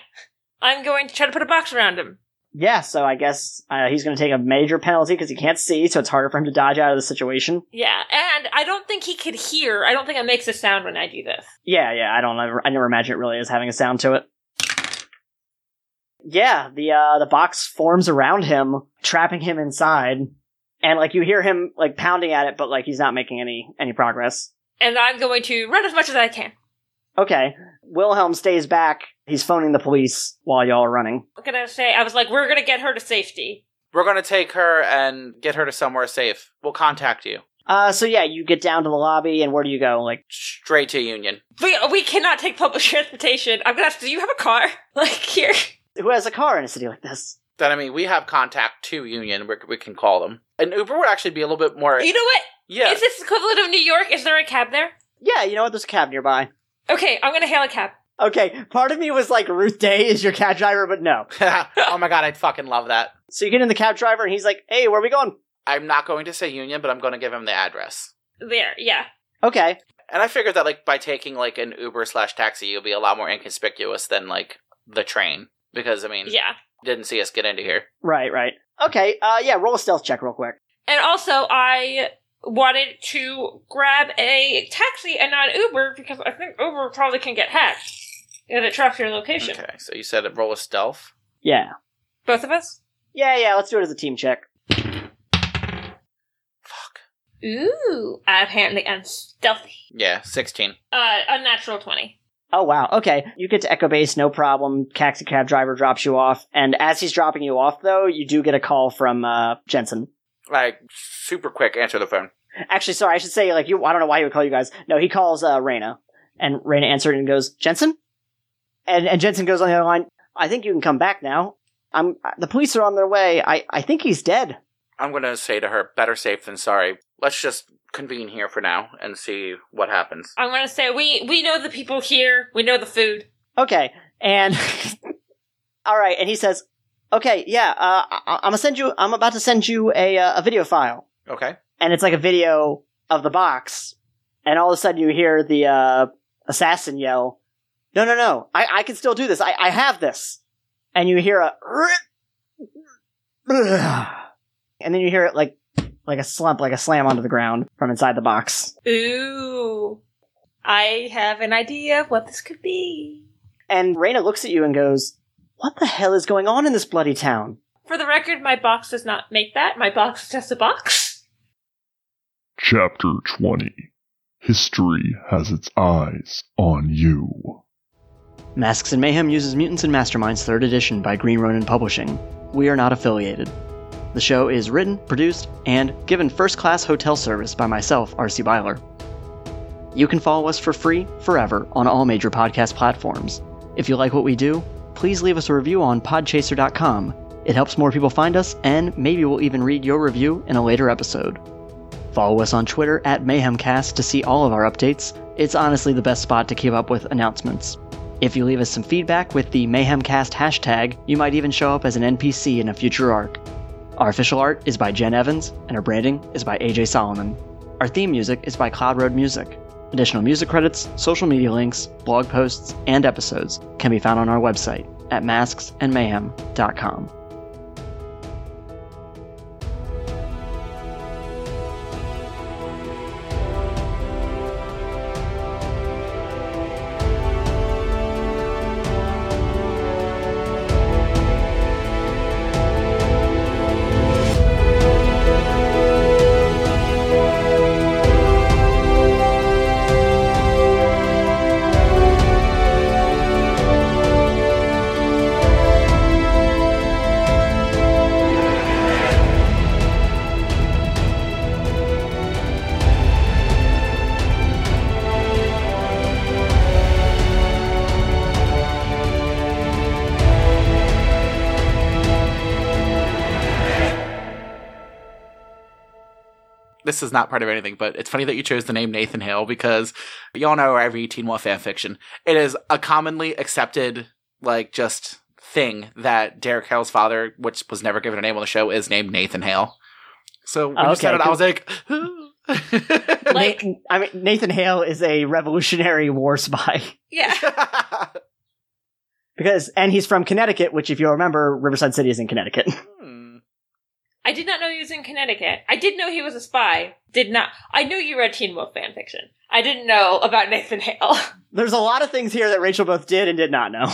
I'm going to try to put a box around him. yeah, so I guess uh, he's going to take a major penalty because he can't see, so it's harder for him to dodge out of the situation. Yeah, and I don't think he could hear. I don't think it makes a sound when I do this. Yeah, yeah, I don't ever, I never imagine it really as having a sound to it. Yeah, the uh the box forms around him, trapping him inside. And like you hear him like pounding at it, but like he's not making any any progress. And I'm going to run as much as I can. Okay. Wilhelm stays back. He's phoning the police while y'all are running. I'm going to say, I was like, we're going to get her to safety. We're going to take her and get her to somewhere safe. We'll contact you Uh so yeah, you get down to the lobby and where do you go? Like straight to Union. We, we cannot take public transportation. I'm going to ask, do you have a car? Like, here. who has a car in a city like this? Then I mean, we have contact to Union. we we can call them. And Uber would actually be a little bit more. You know what? Yeah, Is this equivalent of New York? Is there a cab there? Yeah, you know what? There's a cab nearby. Okay, I'm gonna hail a cab. Okay, part of me was like Ruth Day is your cab driver, but no. oh my god, I'd fucking love that. So you get in the cab driver and he's like, "Hey, where are we going?" I'm not going to say Union, but I'm going to give him the address. There, yeah. Okay. And I figured that like by taking like an Uber slash taxi, you'll be a lot more inconspicuous than like the train because I mean, Yeah. didn't see us get into here. Right, right. Okay, uh yeah, roll a stealth check real quick. And also I wanted to grab a taxi and not Uber because I think Uber probably can get hacked. If it tracks your location. Okay, so you said roll a stealth. Yeah. Both of us? Yeah, yeah, let's do it as a team check. Fuck. Ooh. Apparently I'm stealthy. Yeah, sixteen. Uh unnatural twenty. Oh wow, okay. You get to Echo Base, no problem. Taxi cab driver drops you off, and as he's dropping you off though, you do get a call from uh Jensen. Like super quick, answer the phone. Actually, sorry, I should say like you. I don't know why he would call you guys. No, he calls uh, Raina, and Raina answered and goes Jensen, and and Jensen goes on the other line. I think you can come back now. I'm the police are on their way. I I think he's dead. I'm going to say to her, better safe than sorry. Let's just convene here for now and see what happens. I'm gonna say we we know the people here. We know the food. Okay, and all right, and he says, okay, yeah, uh, I, I'm gonna send you. I'm about to send you a uh, a video file. Okay. and it's like a video of the box, and all of a sudden you hear the uh, assassin yell, "No, no, no! I, I can still do this. I, I have this!" And you hear a, and then you hear it like like a slump, like a slam onto the ground from inside the box. Ooh, I have an idea of what this could be. And Reyna looks at you and goes, "What the hell is going on in this bloody town?" For the record, my box does not make that. My box is just a box. Chapter 20 History has its eyes on you. Masks and Mayhem uses Mutants and Masterminds 3rd edition by Green Ronin Publishing. We are not affiliated. The show is written, produced, and given first class hotel service by myself, RC Byler. You can follow us for free, forever, on all major podcast platforms. If you like what we do, please leave us a review on podchaser.com. It helps more people find us, and maybe we'll even read your review in a later episode. Follow us on Twitter at MayhemCast to see all of our updates. It's honestly the best spot to keep up with announcements. If you leave us some feedback with the MayhemCast hashtag, you might even show up as an NPC in a future arc. Our official art is by Jen Evans, and our branding is by AJ Solomon. Our theme music is by Cloud Road Music. Additional music credits, social media links, blog posts, and episodes can be found on our website at masksandmayhem.com. This is not part of anything, but it's funny that you chose the name Nathan Hale because y'all know I read Teen Wolf fan fiction. It is a commonly accepted, like, just thing that Derek Hale's father, which was never given a name on the show, is named Nathan Hale. So when Oh, you said okay, it, I was like, Like, Nathan, I mean, Nathan Hale is a revolutionary war spy. yeah. Because and he's from Connecticut, which if you remember, Riverside City is in Connecticut. Hmm. I did not know he was in Connecticut. I did know he was a spy. Did not. I knew you read Teen Wolf fan fiction. I didn't know about Nathan Hale. There's a lot of things here that Rachel both did and did not know.